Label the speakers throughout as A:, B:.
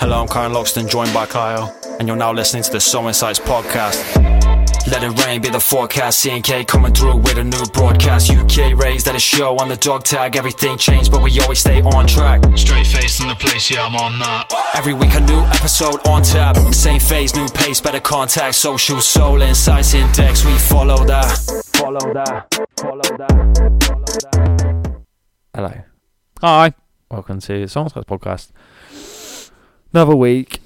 A: Hello, I'm Karen Loxton, joined by Kyle, and you're now listening to the So Insights podcast. Let it rain be the forecast. CNK coming through with a new broadcast. UK raised at a show on the dog tag. Everything changed, but we always stay on track.
B: Straight face in the place, yeah, I'm on that.
A: Every week a new episode on tap. Same phase, new pace, better contact. Social soul insights index. We follow that. Follow that. Follow that. Follow that.
C: Hello. Hi. Welcome to Someone's Guys podcast. Another week.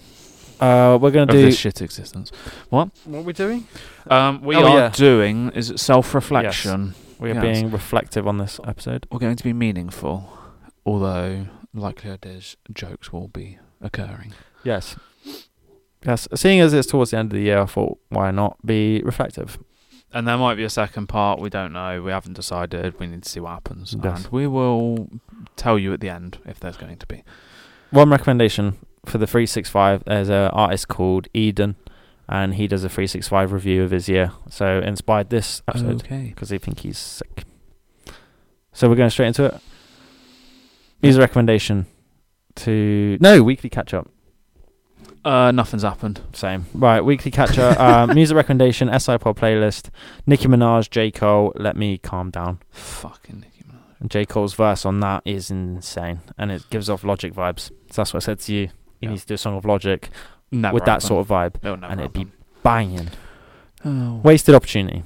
C: Uh, we're going
D: of
C: to do.
D: this shit existence. What?
C: what are we doing?
D: Um, we
C: Oh,
D: are
C: yeah.
D: doing is self-reflection.
C: We are
D: Yes.
C: being reflective on this episode.
D: We're going to be meaningful, although likelihood is jokes will be occurring.
C: Yes. Yes. Seeing as it's towards the end of the year, I thought, why not be reflective?
D: And there might be a second part. We don't know. We haven't decided. We need to see what happens,
C: Yes.
D: and we will tell you at the end if there's going to be.
C: One recommendation for the 365 there's an artist called Eden, and he does a 365 review of his year. So, inspired this episode.
D: Okay.
C: because they think he's sick. So we're going straight into it. Here's a recommendation to no weekly catch up.
D: Uh, nothing's happened.
C: Same right, weekly catch up. uh, music recommendation: SI Pod playlist. Nicki Minaj, J Cole. Let me calm down.
D: Fucking Nicki Minaj.
C: And J Cole's verse on that is insane, and it gives off Logic vibes. So that's what I said to you. You
D: Yeah.
C: need to do a song of Logic
D: Never
C: with that sort of vibe.
D: It'll never
C: and it'd be-
D: happen.
C: Banging.
D: Oh,
C: Wasted opportunity.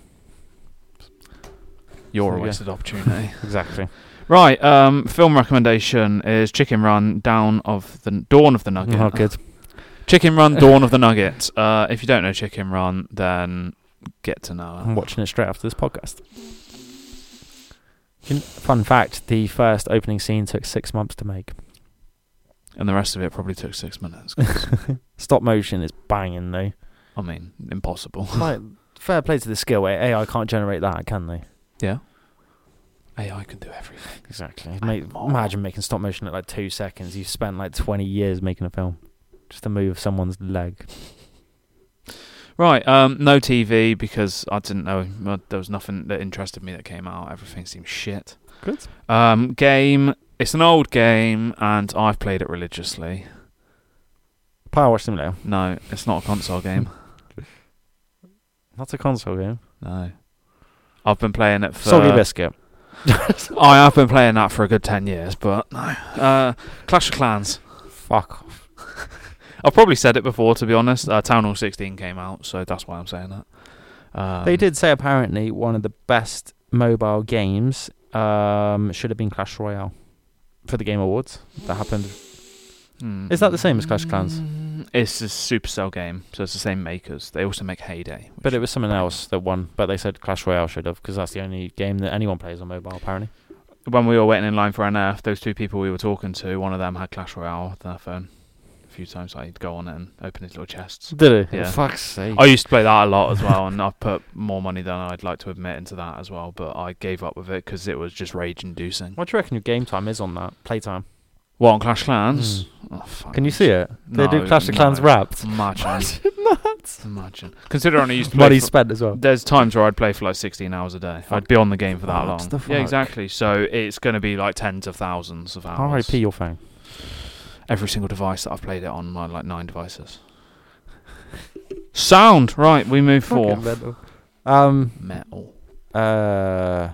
D: you're a
C: Yeah.
D: wasted opportunity.
C: Exactly.
D: Right, um, film recommendation is Chicken Run, Down of the Dawn of the Nugget.
C: Oh, good.
D: Chicken Run, Dawn of the Nugget. Uh, if you don't know Chicken Run, then get to know
C: I'm
D: it.
C: watching it straight after this podcast. You kn- Fun fact: the first opening scene took six months to make.
D: And the rest of it probably took six minutes.
C: Stop motion is banging though.
D: I mean, impossible.
C: like, fair play to the skill. eh? AI can't generate that, can they?
D: Yeah. AI can do everything.
C: Exactly.
D: I
C: Make,
D: know.
C: imagine making stop motion at like two seconds. You've spent like twenty years making a film, just the move of someone's leg.
D: Right, um, no TV because I didn't know. well, There was nothing that interested me that came out. Everything seemed shit.
C: Good.
D: Um, game. It's an old game, and I've played it religiously.
C: Power Wash Simulator.
D: No, it's not a console game.
C: That's a console game.
D: No. I've been playing it for.
C: Soggy biscuit.
D: I have been playing that for a good 10 years, but no. Uh, Clash of Clans.
C: Fuck. off.
D: I've probably said it before, to be honest. Uh, Town Hall 16 came out, so that's why I'm saying that. Um,
C: they did say apparently one of the best mobile games um, should have been Clash Royale for the Game Awards that happened
D: Mm.
C: Is that the same as Clash of Clans?
D: Mm, It's a Supercell game, so it's the same makers. They also make Heyday.
C: But it was something else that won. But they said Clash Royale should have because that's the only game that anyone plays on mobile apparently.
D: when we were waiting in line for NF, those two people we were talking to, one of them had Clash Royale on their phone a few times. Like, he'd go on it and open his little chests.
C: Did it?
D: Yeah.
C: Fuck's sake.
D: I used to play that a lot as well, and I've put more money than I'd like to admit into that as well. But I gave up with it because it was just rage inducing.
C: what do you reckon your game time is on that playtime?
D: What on Clash Clans? Oh, fuck.
C: Hmm. Can you see it? They do
D: No,
C: Clash of Clans
D: no.
C: wrapped.
D: Imagine. Imagine. Considering I used to play.
C: Money
D: for-
C: spent as well.
D: there's times where I'd play for like 16 hours a day. I'd be on the game for that
C: What
D: long.
C: the
D: Yeah,
C: fuck?
D: exactly. So it's going to be like tens of thousands of hours.
C: R.I.P. Your phone.
D: Every single device that I've played it on, my like nine devices. Sound. Right, we move for
C: Um.
D: metal.
C: Uh.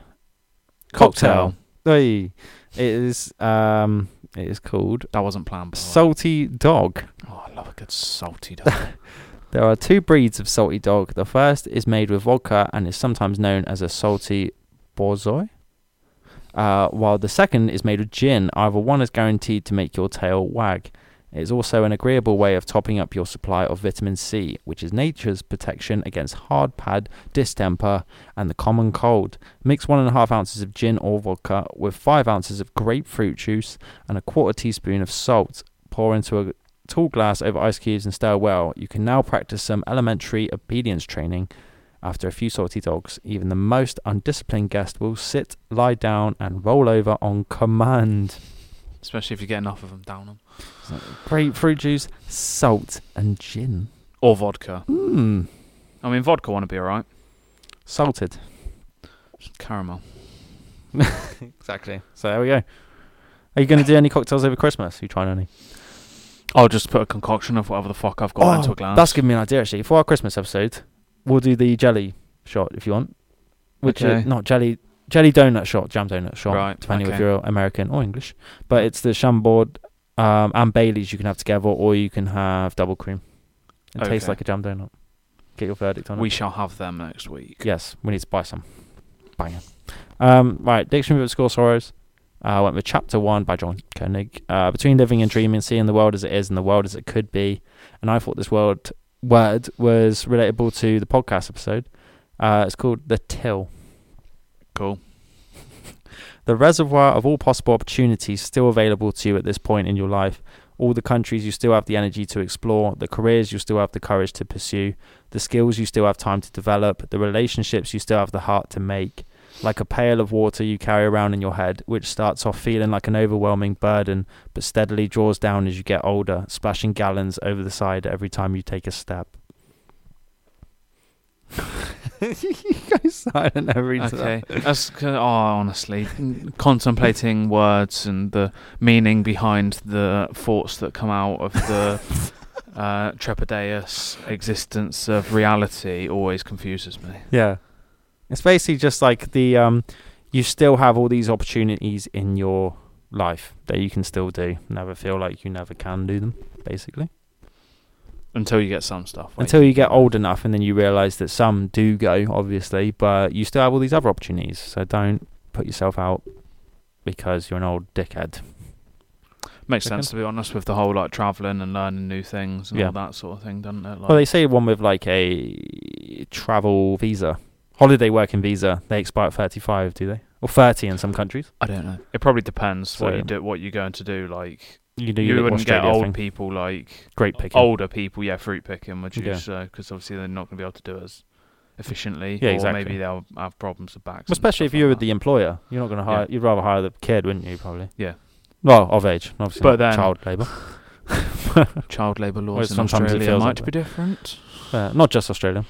D: Cocktail.
C: Hey. It is. Um. It is called
D: That wasn't planned. by the way.
C: Salty Dog.
D: Oh, I love a good salty dog.
C: There are two breeds of salty dog. The first is made with vodka and is sometimes known as a salty borzoi, uh, while the second is made with gin. Either one is guaranteed to make your tail wag. It is also an agreeable way of topping up your supply of vitamin C, which is nature's protection against hard pad, distemper, and the common cold. Mix one and a half ounces of gin or vodka with five ounces of grapefruit juice and a quarter teaspoon of salt. Pour into a tall glass over ice cubes and stir well, you can now practice some elementary obedience training. After a few salty dogs, even the most undisciplined guest will sit, lie down, and roll over on command.
D: Especially if you get enough of them down them.
C: Grapefruit juice, salt, and gin.
D: Or vodka.
C: Mmm.
D: I mean, vodka want to be alright.
C: Salted.
D: Caramel.
C: Exactly. So there we go. Are you going to do any cocktails over Christmas? You trying any?
D: I'll just put a concoction of whatever the fuck I've got into a glass.
C: Oh, That's giving me an idea actually. For our Christmas episode, we'll do the jelly shot if you want. Which
D: Okay.
C: is not jelly jelly donut shot, jam donut shot.
D: Right,
C: Depending if
D: okay.
C: you're American or English. But it's the Chambord um, and Bailey's you can have together or you can have double cream. It tastes
D: Okay.
C: like a jam donut. Get your verdict on
D: we
C: it.
D: shall have them next week.
C: Yes, we need to buy some. Banging. Um, right, Dictionary of Obscure Sorrows. Uh, went with Chapter 1 by John Koenig. Uh, Between living and dreaming, seeing the world as it is and the world as it could be. And I thought this world word was relatable to the podcast episode. Uh, it's called The Till.
D: Cool.
C: The reservoir of all possible opportunities still available to you at this point in your life. All the countries you still have the energy to explore, the careers you still have the courage to pursue, the skills you still have time to develop, the relationships you still have the heart to make. Like a pail of water you carry around in your head, which starts off feeling like an overwhelming burden, but steadily draws down as you get older, splashing gallons over the side every time you take a step. you go silent every time.
D: Okay. That's c- oh, honestly contemplating words and the meaning behind the thoughts that come out of the uh, trepidatious existence of reality always confuses me.
C: Yeah. It's basically just like the um you still have all these opportunities in your life that you can still do. Never feel like you never can do them, basically.
D: Until you get some stuff. where
C: Until you get old enough and then you realize that some do go, obviously, but you still have all these other opportunities. So don't put yourself out because you're an old dickhead.
D: Makes
C: Second.
D: sense to be honest with the whole like traveling and learning new things and
C: Yeah.
D: all that sort of thing, doesn't it? Like,
C: Well, they say one with like a travel visa, holiday working visa, they expire at 35, do they? Or 30 in some countries.
D: I don't know. It probably depends what
C: So-
D: you do, what you're going to do. Like
C: You do
D: you
C: the
D: wouldn't get
C: Australia
D: old
C: thing.
D: people like
C: Great picking.
D: older people, yeah, fruit picking, would you?
C: Yeah.
D: So because obviously they're not going to be able to do it as efficiently.
C: Yeah,
D: or
C: exactly.
D: Maybe they'll have problems with backs.
C: Well,
D: and
C: especially
D: stuff
C: if you were
D: like
C: the employer, you're not going to hire. You'd rather hire the kid, wouldn't you? Probably.
D: Yeah.
C: Well, of age, obviously.
D: But
C: But
D: then-
C: child labour.
D: that. child labour laws
C: Whereas
D: in
C: sometimes it
D: Australia
C: feels
D: might
C: like
D: be different.
C: Uh, not just Australia.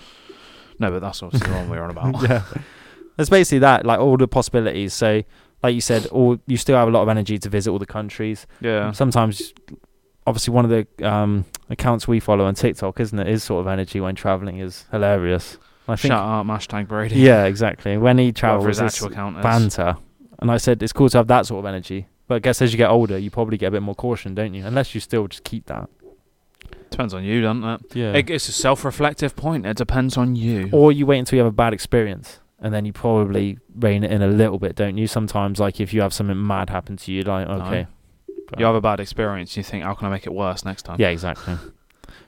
D: No, but that's obviously the one we're on about.
C: yeah. It's basically that, like all the possibilities. So, like you said, all you still have a lot of energy to visit all the countries.
D: Yeah.
C: Sometimes, obviously, one of the um, accounts we follow on TikTok, isn't it, is sort of energy when traveling is hilarious. I think.
D: Shout out hashtag Brady.
C: Yeah, exactly. When he
D: Whatever
C: travels,
D: his
C: it's
D: actual account is.
C: banter. And I said, it's cool to have that sort of energy. But I guess as you get older, you probably get a bit more caution, don't you? Unless you still just keep that.
D: Depends on you, doesn't it?
C: Yeah.
D: It- It's a self-reflective point. It depends on you.
C: or you wait until you have a bad experience and then you probably rein it in a little bit, don't you? Sometimes, like if you have something mad happen to you, like,
D: No.
C: okay. But-
D: you have a bad experience, you think, how can I make it worse next time?
C: Yeah, exactly.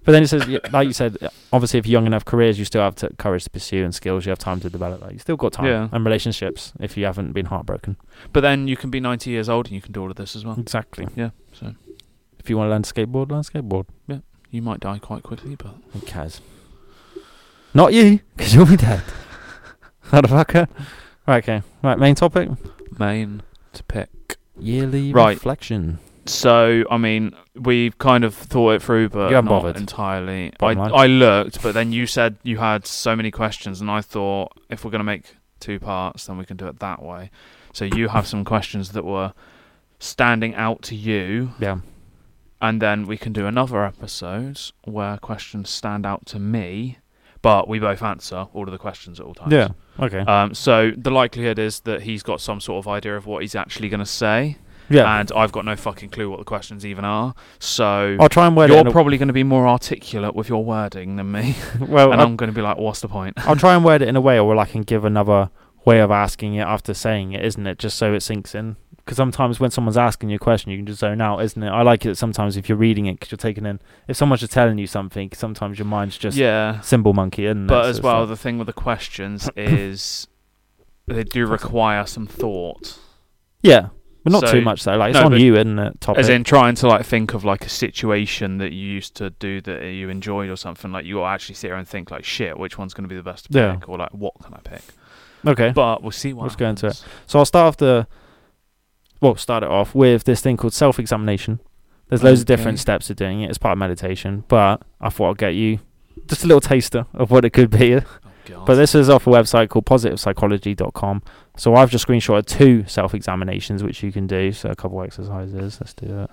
C: But then it says, yeah, like you said, obviously, if you're young enough, careers you still have to, courage to pursue and skills you have time to develop. Like, you still got time.
D: Yeah.
C: And relationships if you haven't been heartbroken.
D: But then you can be 90 years old and you can do all of this as
C: Mm.
D: well.
C: Exactly.
D: Oh. Yeah, so
C: If you want to learn to skateboard, learn to skateboard.
D: you might die quite quickly, but
C: Who cares? Not you, because you'll be dead. Motherfucker. Right, okay. Right, main topic.
D: main to pick.
C: Yearly
D: Right.
C: reflection.
D: So, I mean, we've kind of thought it through, but
C: You haven't
D: not
C: bothered.
D: entirely. I,
C: Bottom line.
D: I looked, but then you said you had so many questions, and I thought if we're going to make two parts, then we can do it that way. So you have some questions that were standing out to you,
C: Yeah.
D: and then we can do another episode where questions stand out to me, but we both answer all of the questions at all times.
C: Yeah. Okay.
D: Um, so the likelihood is that he's got some sort of idea of what he's actually going to say,
C: yeah.
D: and I've got no fucking clue what the questions even are. So
C: I'll try and word it.
D: you're
C: in a-
D: probably going to be more articulate with your wording than me,
C: well,
D: and
C: I'll,
D: I'm going to be like, "What's the point?"
C: I'll try and word it in a way where I can give another way of asking it after saying it, isn't it? Just so it sinks in. Because sometimes when someone's asking you a question, you can just zone out, isn't it? I like it sometimes if you're reading it because you're taking in. If someone's just telling you something, sometimes your mind's just
D: yeah,
C: symbol monkey, isn't it?
D: but
C: So
D: as
C: it's
D: well,
C: like-
D: the thing with the questions is they do require some thought,
C: yeah. But not
D: So-
C: too much, though. Like, it's
D: No,
C: on
D: but-
C: you, isn't it? Topic.
D: as in trying to like think of like a situation that you used to do that you enjoyed or something. Like you actually sit there and think like, "Shit, which one's going to be the best to
C: Yeah.
D: pick?" or like, "What can I pick?"
C: okay.
D: But we'll see what
C: Let's go into it.
D: happens.
C: So I'll start off the well, start it off with this thing called self examination. There's loads of different
D: Okay.
C: steps of doing it. It's part of meditation, but I thought I'd get you just a little taster of what it could be.
D: Oh, God.
C: But this is off a website called positivepsychology.com. So I've just screenshotted two self examinations which you can do. So a couple exercises. Let's do it.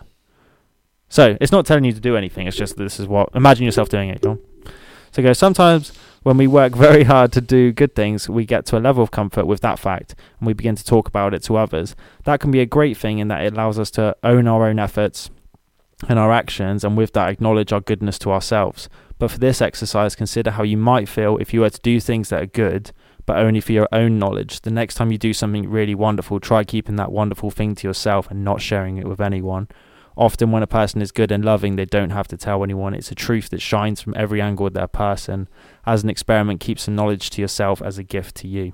C: So it's not telling you to do anything. It's just this is what. Imagine yourself doing it, John. So it goes. Sometimes when we work very hard to do good things, we get to a level of comfort with that fact, and we begin to talk about it to others. That can be a great thing in that it allows us to own our own efforts and our actions, and with that acknowledge our goodness to ourselves. But for this exercise, consider how you might feel if you were to do things that are good, but only for your own knowledge. The next time you do something really wonderful, try keeping that wonderful thing to yourself and not sharing it with anyone. Often, when a person is good and loving, they don't have to tell anyone. It's a truth that shines from every angle of their person. As an experiment, keep some knowledge to yourself as a gift to you.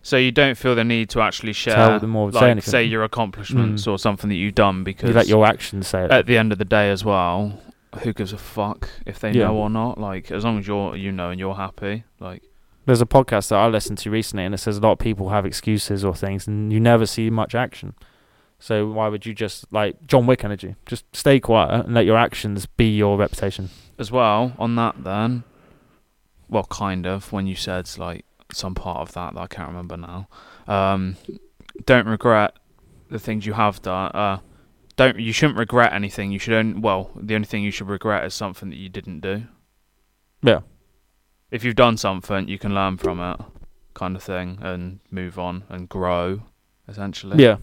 D: So you don't feel the need to actually share,
C: Tell them or say
D: like,
C: anything.
D: say your accomplishments
C: Mm.
D: or something that you've done,
C: You
D: because
C: let your actions say it.
D: at the end of the day, as well, who gives a fuck if they
C: Yeah.
D: know or not? Like, as long as you're, you know, and you're happy, like,
C: There's a podcast that I listened to recently, and it says a lot of people have excuses or things, and you never see much action. So why would you just like John Wick energy? Just stay quiet and let your actions be your reputation.
D: as well on that then well kind of when you said like some part of that that i can't remember now um don't regret the things you have done uh don't you shouldn't regret anything you should only well the only thing you should regret is something that you didn't do
C: Yeah.
D: if you've done something you can learn from it kind of thing and move on and grow essentially
C: Yeah,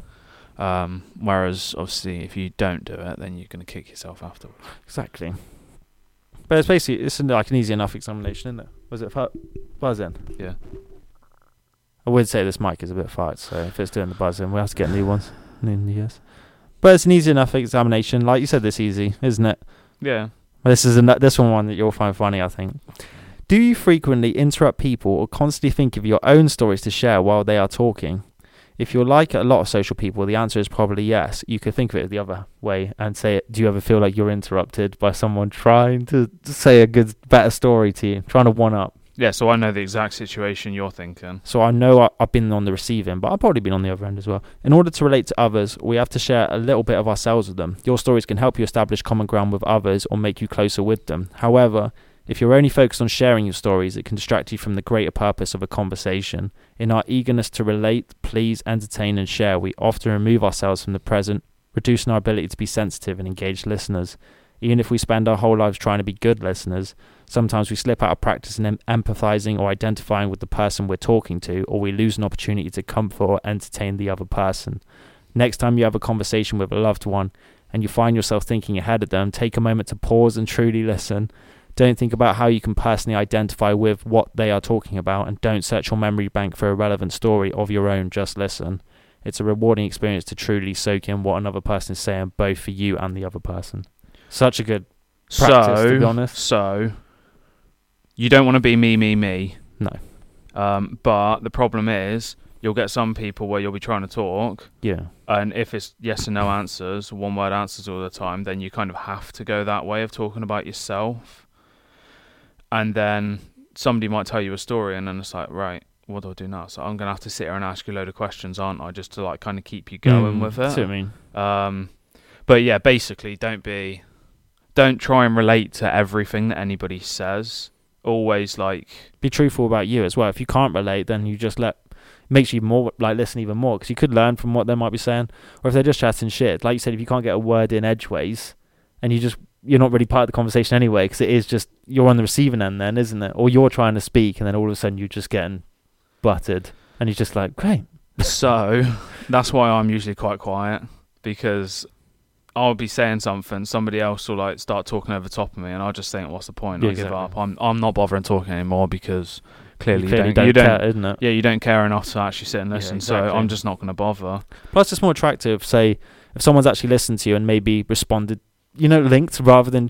D: um whereas obviously if you don't do it then you're going to kick yourself afterwards
C: exactly. But it's basically it's like an easy enough examination, isn't it? Was it fu- buzzing?
D: Yeah.
C: I would say this mic is a bit fat, so if it's doing the buzzing, we have to get new ones. New yes. But it's an easy enough examination, like you said. This easy, isn't it?
D: yeah
C: This is an, this one one that you'll find funny, I think. Do you frequently interrupt people or constantly think of your own stories to share while they are talking? If you're like a lot of social people, the answer is probably yes. You could think of it the other way and say, "Do you ever feel like you're interrupted by someone trying to say a good, better story to you, trying to one up?"
D: Yeah, so I know the exact situation you're thinking.
C: So I know I, I've been on the receiving, but I've probably been on the other end as well. In order to relate to others, we have to share a little bit of ourselves with them. Your stories can help you establish common ground with others or make you closer with them. However, if you're only focused on sharing your stories, it can distract you from the greater purpose of a conversation. In our eagerness to relate, please, entertain, and share, we often remove ourselves from the present, reducing our ability to be sensitive and engaged listeners. Even if we spend our whole lives trying to be good listeners, Sometimes we slip out of practice in em- empathizing or identifying with the person we're talking to, or we lose an opportunity to comfort or entertain the other person. Next time you have a conversation with a loved one and you find yourself thinking ahead of them, take a moment to pause and truly listen. Don't think about how you can personally identify with what they are talking about, and don't search your memory bank for a relevant story of your own, just listen. It's a rewarding experience to truly soak in what another person is saying, both for you and the other person. Such a good. Practice,
D: so,
C: to be honest.
D: so you don't want to be me, me, me.
C: No.
D: Um, but the problem is, you'll get some people where you'll be trying to talk,
C: Yeah.
D: and if it's yes and no answers, one word answers all the time, then you kind of have to go that way of talking about yourself. And then somebody might tell you a story, and then it's like, right, what do I do now? So I'm gonna have to sit here and ask you a load of questions, aren't I? Just to like kind of keep you going
C: Mm,
D: with it.
C: See what I mean?
D: Um, but yeah, basically, don't be, don't try and relate to everything that anybody says. Always like,
C: be truthful about you as well. If you can't relate, then you just let makes you more like listen even more because you could learn from what they might be saying, or if they're just chatting shit. Like you said, if you can't get a word in edgeways, and you just you're not really part of the conversation anyway because it is just you're on the receiving end then, isn't it? Or you're trying to speak and then all of a sudden you're just getting buttered, and you're just like, great,
D: so that's why I'm usually quite quiet because I'll be saying something, somebody else will like start talking over top of me, and I'll just think, what's the point?
C: Yeah,
D: I give
C: exactly.
D: up. I'm I'm not bothering talking anymore because clearly,
C: you clearly
D: you don't, you don't
C: care, isn't it?
D: yeah, you don't care enough to actually sit and
C: Yeah,
D: listen. So
C: exactly.
D: I'm just not going to bother.
C: Plus, it's more attractive. Say, if someone's actually listened to you and maybe responded, you know, linked rather than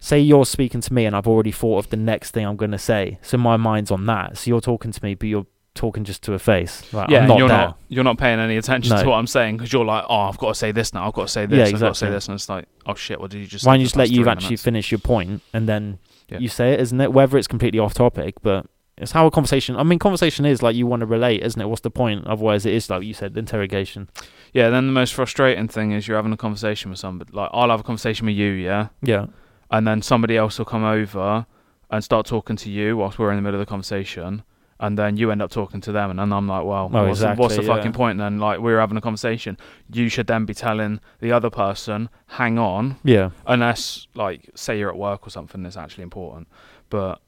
C: say you're speaking to me and I've already thought of the next thing I'm going to say. So my mind's on that. So you're talking to me, but you're talking just to a face. Like,
D: yeah,
C: I'm
D: and
C: not
D: you're
C: there.
D: not you're not paying any attention
C: No.
D: to what I'm saying because you're like, oh, I've got to say this now. I've got to say this.
C: Yeah,
D: I've got to say
C: exactly.
D: this, and it's like, oh shit, what did you just?
C: Why
D: say
C: don't
D: for
C: you just
D: the
C: let
D: past
C: you
D: three
C: actually
D: minutes?
C: finish your point and then
D: Yeah.
C: you say it, isn't it? Whether it's completely off topic, but it's how a conversation. I mean, conversation is like you want to relate, isn't it? What's the point? Otherwise, it is like you said, interrogation.
D: Yeah. Then the most frustrating thing is you're having a conversation with somebody. Like I'll have a conversation with you, yeah,
C: Yeah.
D: and then somebody else will come over and start talking to you whilst we're in the middle of the conversation, and then you end up talking to them, and, then I'm like, well,
C: Oh,
D: what's, the- what's the
C: exactly, yeah.
D: fucking point then? Like we were having a conversation. You should then be telling the other person, hang on,
C: Yeah.
D: unless like say you're at work or something that's actually important, but.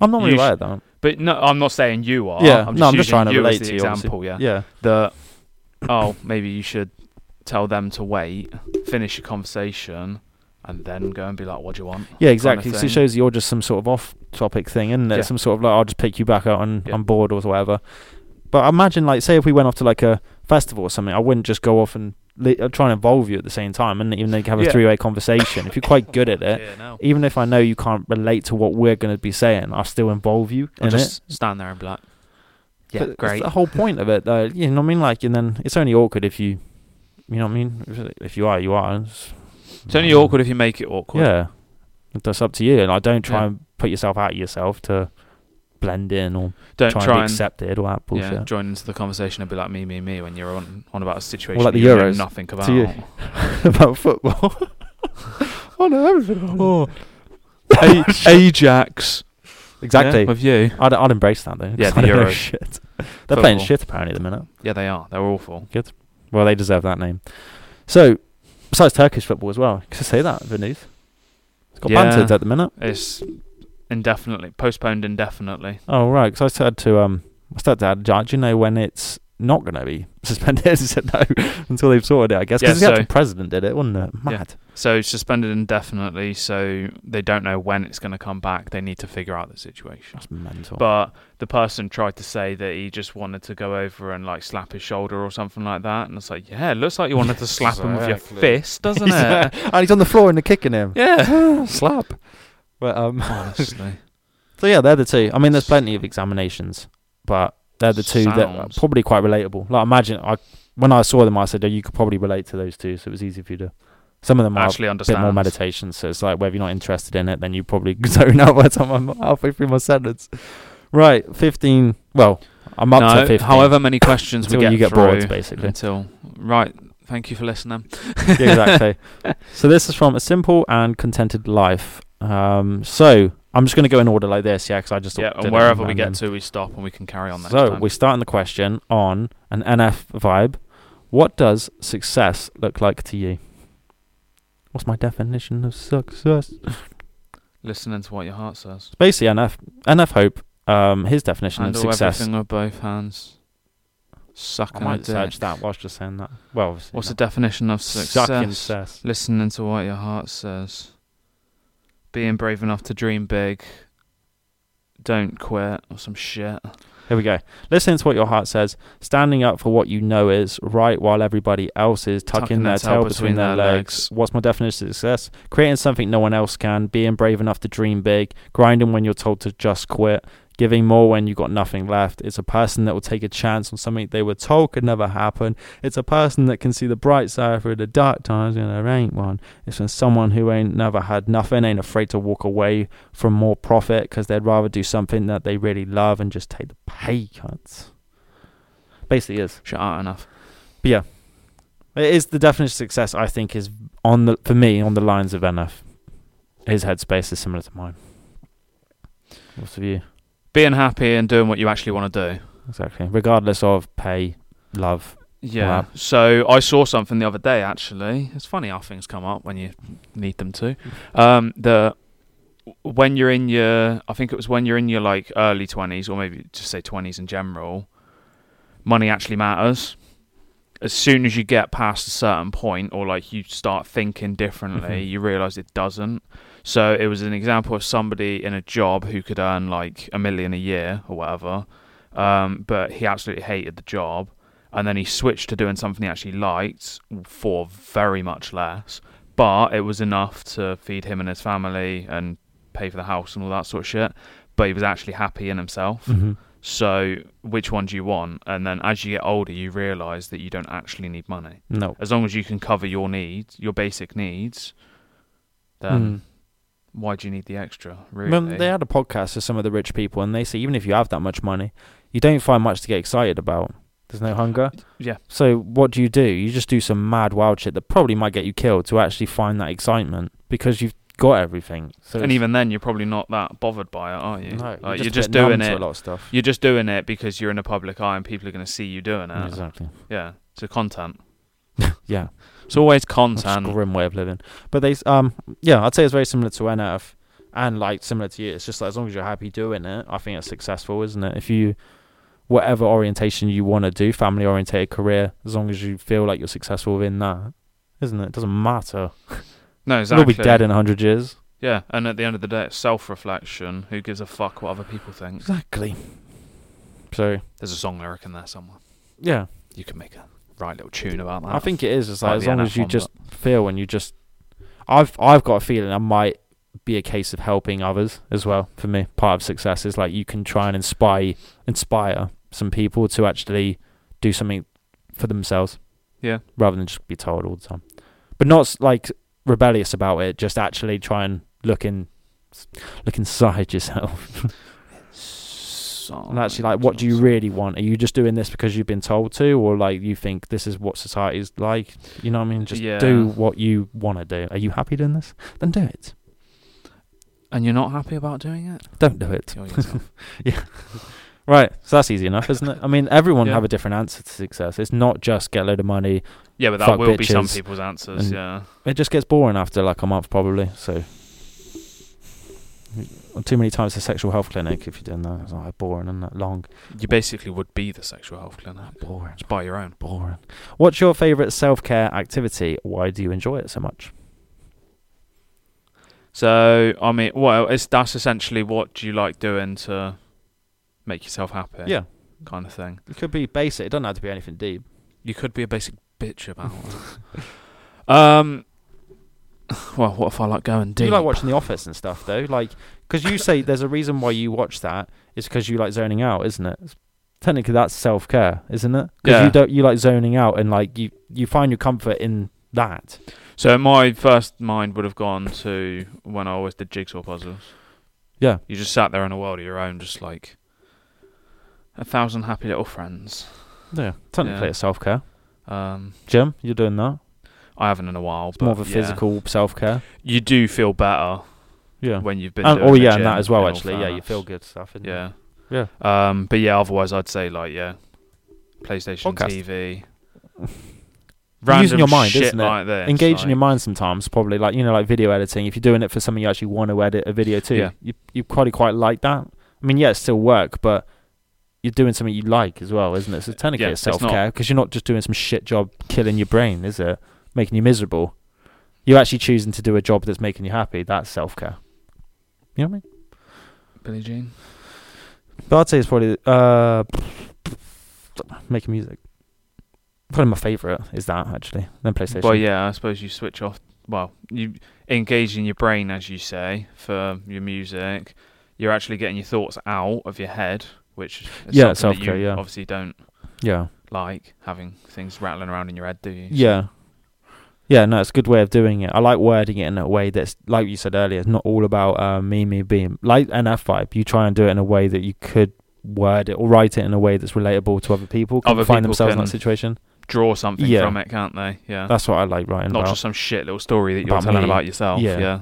C: I'm normally
D: You sh-
C: right though.
D: But no, I'm not saying you are.
C: yeah.
D: I'm just
C: no, I'm just
D: using
C: trying to
D: you as
C: relate
D: the
C: to you. obviously.
D: example. Yeah.
C: Yeah.
D: That oh, maybe you should tell them to wait, finish your conversation, and then go and be like, "What do you want?"
C: Yeah, exactly. so
D: thing.
C: it shows you're just some sort of off-topic thing, isn't it?
D: Yeah.
C: Some sort of like, I'll just pick you back up and
D: Yeah.
C: I'm bored or whatever. But imagine, like, say if we went off to like a festival or something, I wouldn't just go off and li- uh, try and involve you at the same time, and even though you have a
D: Yeah.
C: three-way conversation, if you're quite good at it,
D: Yeah, no.
C: even if I know you can't relate to what we're going to be saying, I'll still involve you
D: I'll
C: in
D: just
C: it.
D: stand there and be like, "Yeah,
C: But it's
D: great."
C: the whole point of it, though. You know what I mean? Like, and then it's only awkward if you, you know what I mean? If- If you are, you are. It's,
D: It's only awkward if you make it awkward.
C: Mm. yeah, that's up to you. And I don't try
D: Yeah.
C: and put yourself out of yourself to blend in or
D: Don't
C: try,
D: try,
C: and be
D: and
C: accepted or that bullshit.
D: yeah, join into the conversation and be like, "Me, me, me," when you're on on about a situation
C: Well, like the
D: you know
C: Euros
D: nothing about.
C: you. About football. oh no, everything. Oh,
D: A- Ajax,
C: exactly.
D: yeah, with you.
C: I'd, I'd embrace that though. 'cause
D: Yeah, the
C: I don't know
D: Euros.
C: shit. They're playing
D: Football.
C: shit apparently at the minute.
D: Yeah, they are. They're awful.
C: Well, they deserve that name. So, besides Turkish football as well, could I say that Venus? It's got
D: Yeah.
C: bantered at the minute.
D: It's indefinitely postponed indefinitely.
C: Oh right, because I said to um, I said to Dad, "Do you know when it's not going to be suspended?" he said no until they've sorted it. I guess
D: Yeah,
C: because the
D: so-
C: actual president did it, wasn't it?
D: Yeah.
C: Mad.
D: So it's suspended indefinitely, so they don't know when it's going to come back. They need to figure out the situation.
C: That's mental.
D: But the person tried to say that he just wanted to go over and like slap his shoulder or something like that, and it's like, yeah, it looks like you wanted to slap him with your
C: Exactly.
D: fist, doesn't
C: He's-
D: it?
C: and he's on the floor and they're kicking him.
D: Yeah.
C: Slap. But um,
D: Honestly,
C: so yeah, they're the two. I mean, there's plenty of examinations, but they're the two that are
D: Sounds.
C: probably quite relatable. Like imagine I when I saw them, I said, "Oh, you could probably relate to those two, so it was easy for you to." Some of them are
D: actually
C: a bit
D: understand.
C: more meditation, so it's like whether you're not interested in it, then you probably zone out by the time I'm halfway through my sentence. Right, fifteen. Well, I'm up
D: no,
C: to fifteen.
D: however many questions we
C: until
D: get,
C: you get
D: through
C: bored, basically.
D: until right. Thank you for listening.
C: Yeah, exactly. so this is from a simple and contented life. Um, so I'm just going to go in order like this, yeah, because I just thought-
D: Yeah,
C: did it
D: and wherever we
C: random.
D: get to, we stop and we can carry on. Next
C: So
D: time.
C: we're starting the question on an NF vibe. What does success look like to you? What's my definition of success?
D: listening to what your heart says.
C: Basically, NF NF Hope. Um, his definition
D: Handle
C: of success.
D: everything with both hands.
C: I
D: Sucking a
C: might
D: dick.
C: search that whilst just saying that. Well, obviously
D: What's the
C: not.
D: definition of
C: Sucking
D: success?
C: cess.
D: Listening to what your heart says. Being brave enough to dream big. Don't quit or some shit.
C: Here we go. Listening to what your heart says, standing up for what you know is right while everybody else is tucking, their tail between, their legs. What's my definition of success? Creating something no one else can, being brave enough to dream big, grinding when you're told to just quit, giving more when you got nothing left. It's a person that will take a chance on something they were told could never happen. It's a person that can see the bright side through the dark times when there ain't one. It's when someone who ain't never had nothing ain't afraid to walk away from more profit because they'd rather do something that they really love and just take the pay cuts. Basically, is
D: Shut out enough.
C: it is the definition of success. I think is on the for me on the lines of NF. His headspace is similar to mine. What's the view?
D: Being happy and doing what you actually want to do.
C: Exactly. Regardless of pay, love.
D: Yeah.
C: Wow.
D: So I saw something the other day actually. It's funny how things come up when you need them to. Um the when you're in your I think it was when you're in your like early 20s or maybe just say 20s in general, money actually matters. As soon as you get past a certain point or like you start thinking differently,
C: Mhm.
D: you realize it doesn't. So it was an example of somebody in a job who could earn like a million a year or whatever, um, but he absolutely hated the job, and then he switched to doing something he actually liked for very much less, but it was enough to feed him and his family and pay for the house and all that sort of shit. But he was actually happy in himself.
C: Mm-hmm.
D: So which one do you want? And then as you get older, you realise that you don't actually need money.
C: No.
D: As long as you can cover your needs, your basic needs, then
C: Mm.
D: why do you need the extra? Really?
C: Well, they had a podcast with some of the rich people, and they say even if you have that much money, you don't find much to get excited about. There's no hunger.
D: yeah.
C: So what do you do? You just do some mad wild shit that probably might get you killed to actually find that excitement because you've got everything. So
D: And
C: it's-
D: even then, you're probably not that bothered by it, are you?
C: no,
D: Like,
C: you're just,
D: you're just
C: a bit numb
D: doing
C: to
D: it.
C: A lot of stuff.
D: You're just doing it because you're in a public eye and people are going to see you doing it.
C: Exactly.
D: Yeah. So content.
C: Yeah.
D: It's always
C: That's a
D: content.
C: grim way of living. But they, s- um, yeah, I'd say it's very similar to NF, and like similar to you. It's just like as long as you're happy doing it, I think it's successful, isn't it? If you, whatever orientation you want to do, family orientated, career, as long as you feel like you're successful within that, isn't it? It doesn't matter.
D: No, exactly.
C: We'll be dead in hundred years.
D: Yeah, and at the end of the day, it's self-reflection. Who gives a fuck what other people think?
C: Exactly. So
D: There's a song lyric in there somewhere.
C: yeah,
D: You can make a right little tune about that.
C: I think it is. It's like
D: Might
C: as
D: be
C: long
D: NF
C: as you
D: one,
C: just feel and you just, I've I've got a feeling I might be a case of helping others as well. For me, part of success is like you can try and inspire inspire some people to actually do something for themselves.
D: Yeah.
C: Rather than just be told all the time, but not s- like rebellious about it. Just actually try and look in, look inside yourself
D: Song.
C: and actually like what do you really want are you just doing this because you've been told to or like you think this is what society's like you know what i mean just do
D: Yeah.
C: what you want to do are you happy doing this then do it
D: And you're not happy about doing it?
C: don't do it
D: Kill yourself.
C: right so that's easy enough isn't it i mean everyone
D: Yeah.
C: have a different answer to success it's not just get a load of money
D: yeah, but that
C: Fuck
D: will be some
C: bitches
D: people's answers.
C: and-
D: yeah.
C: it just gets boring after like a month probably so too many times to sexual health clinic if you're doing that it's like boring and that long
D: You basically would be the sexual health clinic.
C: boring
D: Just buy your own.
C: boring what's your favorite self-care activity why do you enjoy it so much
D: So I mean, well, it's that's essentially what do you like doing to make yourself happy? kind of thing.
C: It could be basic. It doesn't have to be anything deep.
D: You could be a basic bitch about. it. um. Well, what if I like going
C: Do
D: deep?
C: you like watching The Office and stuff though? Like, because you say there's a reason why you watch that. It's because you like zoning out, isn't it? It's- Technically, that's self care, isn't it? Because
D: Yeah.
C: you don't you like zoning out and like you you find your comfort in that.
D: So my first mind would have gone to when I always did jigsaw puzzles.
C: Yeah.
D: You just sat there in a world of your own, just like a thousand happy little friends.
C: Yeah. Technically,
D: Yeah.
C: it's self care.
D: Um,
C: Jim, you're doing that.
D: I haven't in a while,
C: It's
D: but
C: more of a
D: yeah.
C: physical self care.
D: You do feel better
C: Yeah.
D: when you've been.
C: And,
D: doing
C: oh
D: the
C: yeah, and
D: gym,
C: that as
D: in
C: well.
D: all
C: Actually, yeah, you
D: fairness.
C: feel good stuff. Isn't
D: Yeah.
C: Yeah.
D: Um, but yeah, otherwise I'd say like yeah, PlayStation
C: Podcast.
D: TV.
C: You're using
D: Random
C: your mind,
D: shit
C: isn't it?
D: Like this,
C: Engage
D: like,
C: in your mind sometimes, probably like you know, like video editing. If you're doing it for something you actually want to edit a video to,
D: Yeah.
C: you you probably quite like that. I mean, yeah, it's still work, but you're doing something you like as well, isn't it? So technically,
D: Yeah,
C: it's
D: it's not-
C: self care because you're not just doing some shit job killing your brain, is it? Making you miserable. You're actually choosing to do a job that's making you happy. That's self care. You know what I mean?
D: Billie Jean.
C: But I'd say it's probably uh, making music. Probably my favorite is that actually. Then PlayStation.
D: Well, yeah, I suppose you switch off. Well, you engage in your brain, as you say, for your music. You're actually getting your thoughts out of your head, which is
C: Yeah, it's
D: something that
C: self-care,
D: you
C: yeah.
D: obviously don't
C: yeah.
D: like having things rattling around in your head, do you?
C: Yeah. Yeah, no, it's a good way of doing it. I like wording it in a way that's, like you said earlier, it's not all about uh, me, me, being Like NF vibe, you try and do it in a way that you could word it or write it in a way that's relatable to other people, can
D: Other
C: find
D: people
C: themselves in
D: can-
C: that situation.
D: Draw something
C: Yeah.
D: from it, can't they? Yeah.
C: That's what I like writing
D: Not
C: about.
D: just some shit little story that you're
C: About
D: telling
C: me.
D: about yourself.
C: Yeah.
D: Yeah.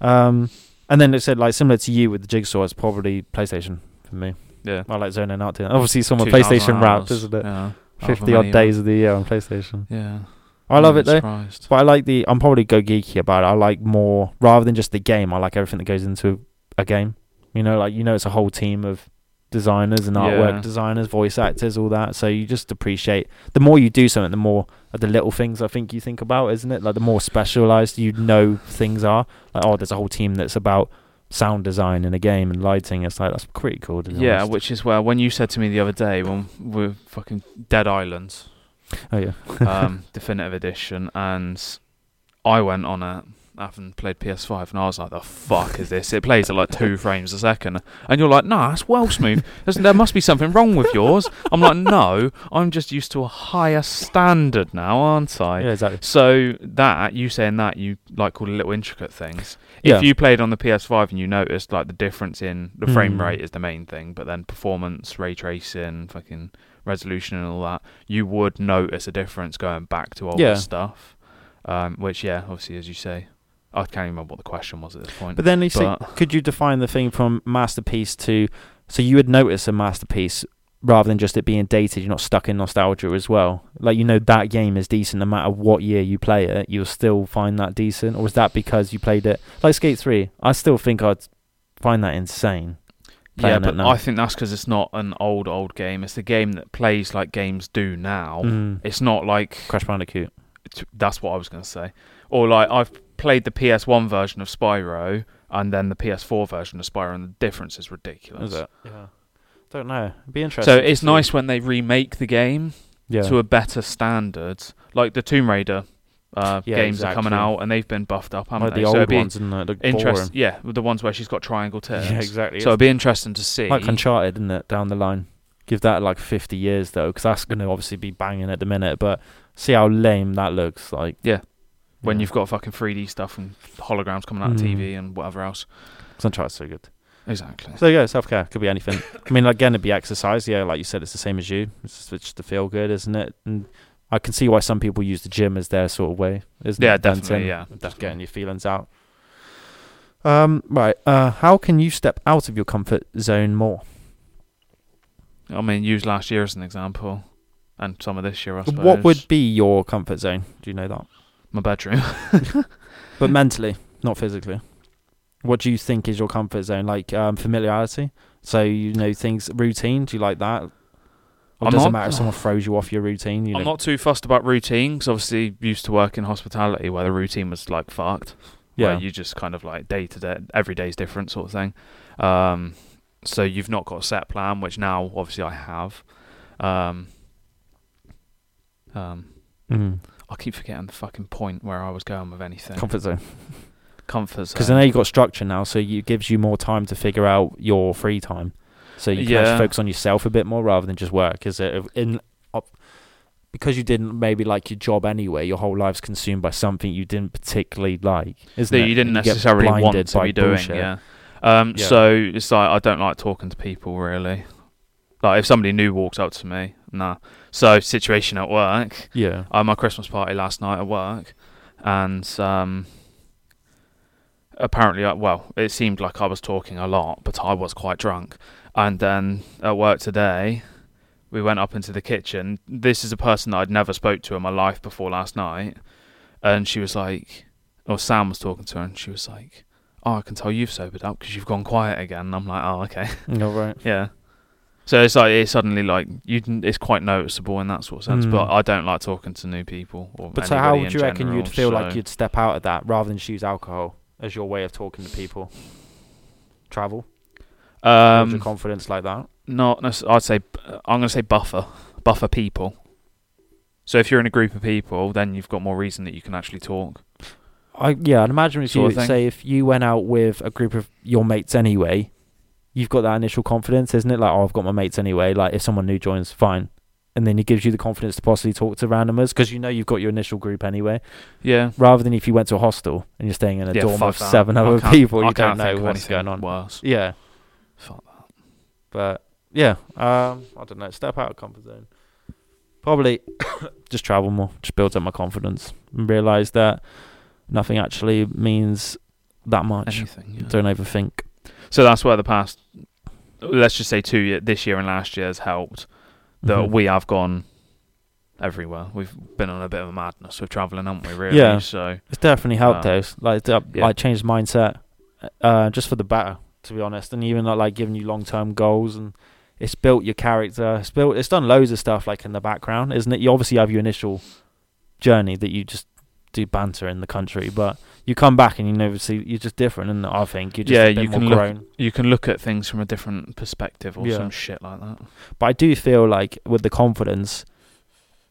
C: um, and then it said, like, similar to you with the jigsaw, it's probably PlayStation for me.
D: Yeah.
C: I like zoning out to it. Obviously, some of
D: 2000
C: PlayStation wrapped,
D: hours,
C: isn't it?
D: Yeah.
C: 50
D: However
C: odd
D: many-
C: days of the year on PlayStation.
D: Yeah.
C: I love it though.
D: Surprised.
C: But I like the. I'm probably go geeky about it. I like more rather than just the game. I like everything that goes into a game. You know, like you know, it's a whole team of designers and artwork
D: Yeah.
C: designers, voice actors, all that. So you just appreciate. The more you do something, the more of the little things I think you think about, isn't it? Like the more specialized you know things are. Like oh, there's a whole team that's about sound design in a game and lighting. It's like that's pretty cool. To be
D: Yeah,
C: honest.
D: which is where when you said to me the other day when we we're fucking Dead Island,
C: Oh yeah.
D: um, definitive edition, and I went on it. I haven't played PS5, and I was like, "The fuck is this?" It plays at like two frames a second, and you're like, "Nah, that's well smooth. There's, there must be something wrong with yours." I'm like, "No, I'm just used to a higher standard now, aren't I?"
C: Yeah, exactly.
D: So that you saying that you like all the little intricate things.
C: Yeah.
D: If you played on the PS5 and you noticed like the difference in the frame
C: Mm.
D: rate is the main thing, but then performance, ray tracing, fucking resolution and all that, you would notice a difference going back to older
C: Yeah.
D: stuff. Um, which yeah, obviously as you say, I can't even remember what the question was at this point.
C: But then you say,
D: But-
C: could you define the thing from masterpiece to so you would notice a masterpiece rather than just it being dated? You're not stuck in nostalgia as well. Like you know that game is decent no matter what year you play it, you'll still find that decent. Or is that because you played it like Skate Three? I still think I'd find that insane.
D: yeah,
C: playing it
D: but
C: now.
D: I think that's because it's not an old old game. It's the game that plays like games do now.
C: Mm.
D: It's not like
C: Crash Bandicoot.
D: t- that's what I was going to say. Or like I've played the PS1 version of Spyro and then the PS4 version of Spyro, and the difference is ridiculous.
C: Is it? Yeah. Don't know. It'd be interesting.
D: So
C: to
D: it's
C: see.
D: nice when they remake the game
C: Yeah.
D: to a better standard, like the Tomb Raider uh,
C: Yeah,
D: games are
C: exactly.
D: coming out and they've been buffed up, haven't
C: like
D: they?
C: the
D: so it'd
C: old
D: be
C: ones, and the, the
D: interest- yeah, the ones where she's got triangle
C: boring.
D: tips.
C: Yeah, exactly.
D: So it'd be interesting to see.
C: like Uncharted, isn't it? Down the line, give that like fifty years though, because that's going to obviously be banging at the minute. But see how lame that looks like.
D: Yeah. when you've got fucking 3D stuff and holograms coming out of
C: Mm.
D: TV and whatever else.
C: got Uncharted's so good.
D: Exactly.
C: So yeah, self care could be anything. I mean, again, it'd be exercise. Yeah, like you said, it's the same as you. It's just, it's just to feel good, isn't it? And I can see why some people use the gym as their sort of way, isn't
D: Yeah,
C: it? Than
D: definitely,
C: to
D: yeah,
C: just
D: definitely.
C: getting your feelings out. Um, right. Uh, how can you step out of your comfort zone more?
D: I mean, use last year as an example, and some of this year, I suppose.
C: What would be your comfort zone? Do you know that?
D: my bedroom?
C: but mentally, not physically. What do you think is your comfort zone? Like um, familiarity. So you know things routine. Do you like that? Or
D: I'm
C: doesn't
D: not-
C: matter if someone throws you off your routine. You know,
D: I'm not too fussed about routine because obviously used to work in hospitality where the routine was like fucked.
C: yeah,
D: where you just kind of like day to day, every day's different sort of thing. Um, so you've not got a set plan, which now obviously I have. Um, um,
C: mm.
D: I keep forgetting the fucking point where I was going with anything.
C: comfort zone.
D: Comfort zone.
C: Because I know you've got structure now, so you, it gives you more time to figure out your free time. So you can actually
D: Yeah.
C: focus on yourself a bit more rather than just work. Is it in op, because you didn't maybe like your job anyway? Your whole life's consumed by something you didn't particularly like. Isn't
D: that
C: it?
D: you didn't
C: get
D: necessarily want
C: blinded
D: to
C: by
D: be doing.
C: bullshit.
D: Yeah. Um,
C: Yeah.
D: So it's like I don't like talking to people really. Like if somebody new walks up to me, nah. So situation at work.
C: Yeah.
D: I had my Christmas party last night at work, and um, apparently, I, well, it seemed like I was talking a lot, but I was quite drunk. And then at work today, we went up into the kitchen. This is a person that I'd never spoke to in my life before last night, and she was like, or Sam was talking to her, and she was like, "Oh, I can tell you've sobered up because you've gone quiet again." And I'm like, "Oh, okay."
C: All right.
D: Yeah. So it's like it's suddenly like you. can- It's quite noticeable in that sort of sense.
C: Mm.
D: But I don't like talking to new people. Or
C: But so, how
D: anybody
C: would
D: in
C: you reckon you'd
D: general,
C: feel like
D: so-
C: you'd step out of that rather than just use alcohol as your way of talking to people? Travel, build your
D: Um,
C: confidence like that.
D: not. necess- I'd say I'm gonna say buffer, buffer people. So if you're in a group of people, then you've got more reason that you can actually talk.
C: I yeah, I'd imagine if
D: Sort of
C: you
D: thing.
C: say if you went out with a group of your mates anyway, you've got that initial confidence, isn't it? Like, oh, I've got my mates anyway. Like, if someone new joins, fine. And then it gives you the confidence to possibly talk to randomers because you know you've got your initial group anyway.
D: Yeah.
C: Rather than if you went to a hostel and you're staying in a
D: yeah,
C: dorm
D: fuck
C: of
D: that.
C: seven
D: I
C: other
D: can't-
C: people,
D: I
C: you don't
D: can't
C: know
D: think of
C: what's
D: anything
C: going on.
D: Worse.
C: Yeah,
D: Fuck that.
C: but yeah, um, I don't know. Step out of comfort zone. Probably just travel more. Just builds up my confidence and realize that nothing actually means that much.
D: Anything. yeah.
C: Don't overthink.
D: So that's where the past, let's just say two year, this year and last year has helped. that
C: Mhm.
D: we have gone everywhere. We've been on a bit of a madness with traveling, haven't we? Really?
C: Yeah.
D: So
C: It's definitely helped
D: Uh,
C: us. Like, to,
D: yeah.
C: like changed mindset, uh, just for the better, to be honest. And even like, like giving you long term goals, and it's built your character. It's built. It's done loads of stuff like in the background, isn't it? You obviously have your initial journey that you just do banter in the country, but you come back and you know, see you're just different. And I think you're just
D: Yeah,
C: a bit
D: you
C: more
D: can look-
C: grown.
D: you can look at things from a different perspective or
C: Yeah.
D: some shit like that.
C: But I do feel like with the confidence,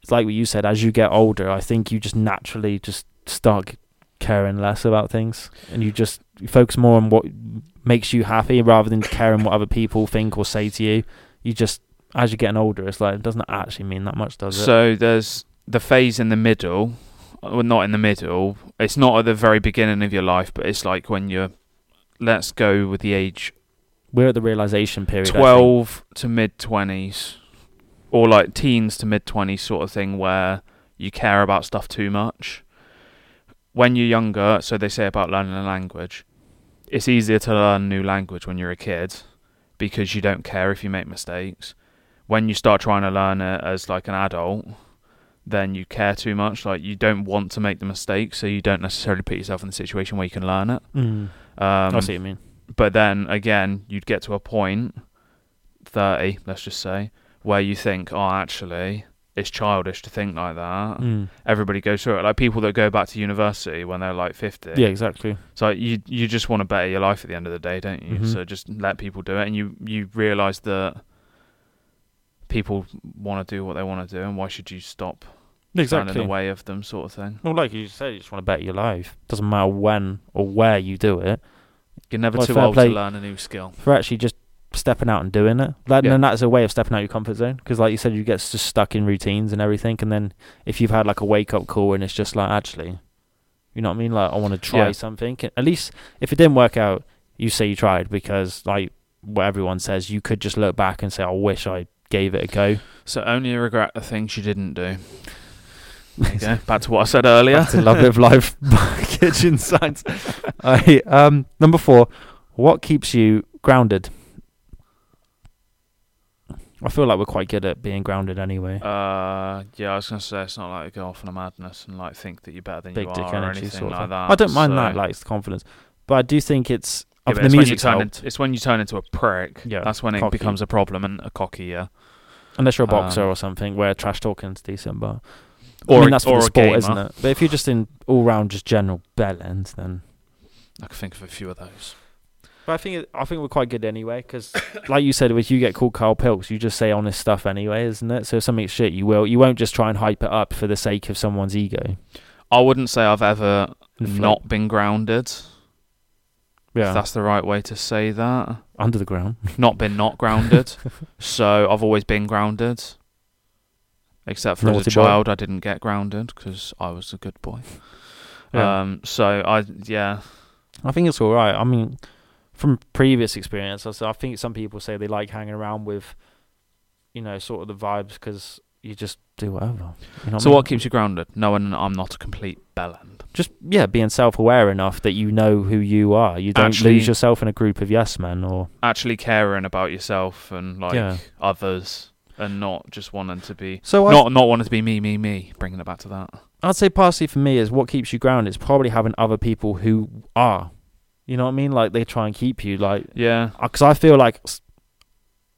C: it's like what you said. As you get older, I think you just naturally just start c- caring less about things, and you just you focus more on what makes you happy rather than caring what other people think or say to you. You just as you're getting older, it's like it doesn't actually mean that much, does it?
D: So there's the phase in the middle, uh, well, not in the middle. It's not at the very beginning of your life, but it's like when you're, let's go with the age
C: We're at the realization period. I think.
D: 12 to mid 20s or like teens to mid 20s sort of thing where you care about stuff too much when you're younger, so they say about learning a language, it's easier to learn a new language when you're a kid because you don't care if you make mistakes. When you start trying to learn it as like an adult, then you care too much. Like you don't want to make the mistake, so you don't necessarily put yourself in the situation where you can learn it.
C: Mm.
D: Um,
C: I see what you mean.
D: but then again, you'd get to a point, 30, let's just say, where you think, oh, actually, it's childish to think like that.
C: Mm.
D: Everybody goes through it. Like people that go back to university when they're like 50.
C: Yeah, exactly.
D: So you you just want to better your life at the end of the day, don't you?
C: Mhm.
D: So just let people do it, and you you realize that people want to do what they want to do, and why should you stop standing in the way of them, sort of thing?
C: Well, like you said, you just want to better your life. Doesn't matter when or where you do it.
D: You're never
C: Well,
D: too
C: fair
D: old
C: play.
D: to learn a new skill.
C: For actually just stepping out and doing it. That,
D: Yeah.
C: And that's a way of stepping out of your comfort zone. Because, like you said, you get just stuck in routines and everything. And then if you've had like a wake up call and it's just like, actually, you know what I mean? Like, I want to try
D: Yeah.
C: something. At least if it didn't work out, you say you tried. Because, like, what everyone says, you could just look back and say, I wish I gave it a go.
D: So only regret the things you didn't do. There you go. Back to what I said earlier.
C: Back to love of life kitchen science. Alright, um, number four, what keeps you grounded? I feel like we're quite good at being grounded anyway.
D: Uh, yeah, I was gonna say it's not like go off on a madness and like think that you're better than
C: Big
D: you
C: dick
D: are or
C: energy
D: anything
C: sort
D: like
C: of thing.
D: that.
C: I don't mind that,
D: so-
C: like it's confidence, but I do think it's
D: Yeah,
C: I
D: but it's
C: think the
D: when you
C: music's
D: turn in-
C: helped,
D: it's when you turn into a prick.
C: Yeah,
D: that's when it
C: cocky.
D: becomes a problem and a cocky. Yeah,
C: unless you're a boxer
D: um,
C: or something where trash talking's decent, but
D: or
C: I mean
D: a-
C: that's for
D: or
C: the
D: a
C: sport,
D: gamer.
C: isn't it? But if you're just in all round just general bellends, then
D: I can think of a few of those.
C: But I think it, I think we're quite good anyway, because like you said, if you get called Carl Pilks, you just say honest stuff anyway, isn't it? So if something's shit, you will. You won't just try and hype it up for the sake of someone's ego.
D: I wouldn't say I've ever
C: Inflate.
D: not been grounded.
C: yeah,
D: If that's the right way to say that.
C: under the ground.
D: Not been not grounded. so I've always been grounded. Except for as
C: Naughty
D: a
C: boy.
D: child, I didn't get grounded because I was a good boy.
C: Yeah.
D: Um, so I yeah
C: I think it's all right. I mean, from previous experience, I s- I think some people say they like hanging around with, you know, sort of the vibes because you just do whatever. You know
D: So
C: I mean?
D: what keeps you grounded? Knowing I'm not a complete bellend.
C: Just yeah, being self-aware enough that you know who you are. You don't
D: Actually-
C: lose yourself in a group of yes men or
D: Actually caring about yourself and like
C: Yeah.
D: others, and not just wanting to be
C: so. I
D: not not wanting to be me me me. Bringing it back to that.
C: I'd say partially for me is what keeps you grounded is probably having other people who are. You know what I mean? Like they try and keep you like
D: Yeah.
C: because uh, I feel like s-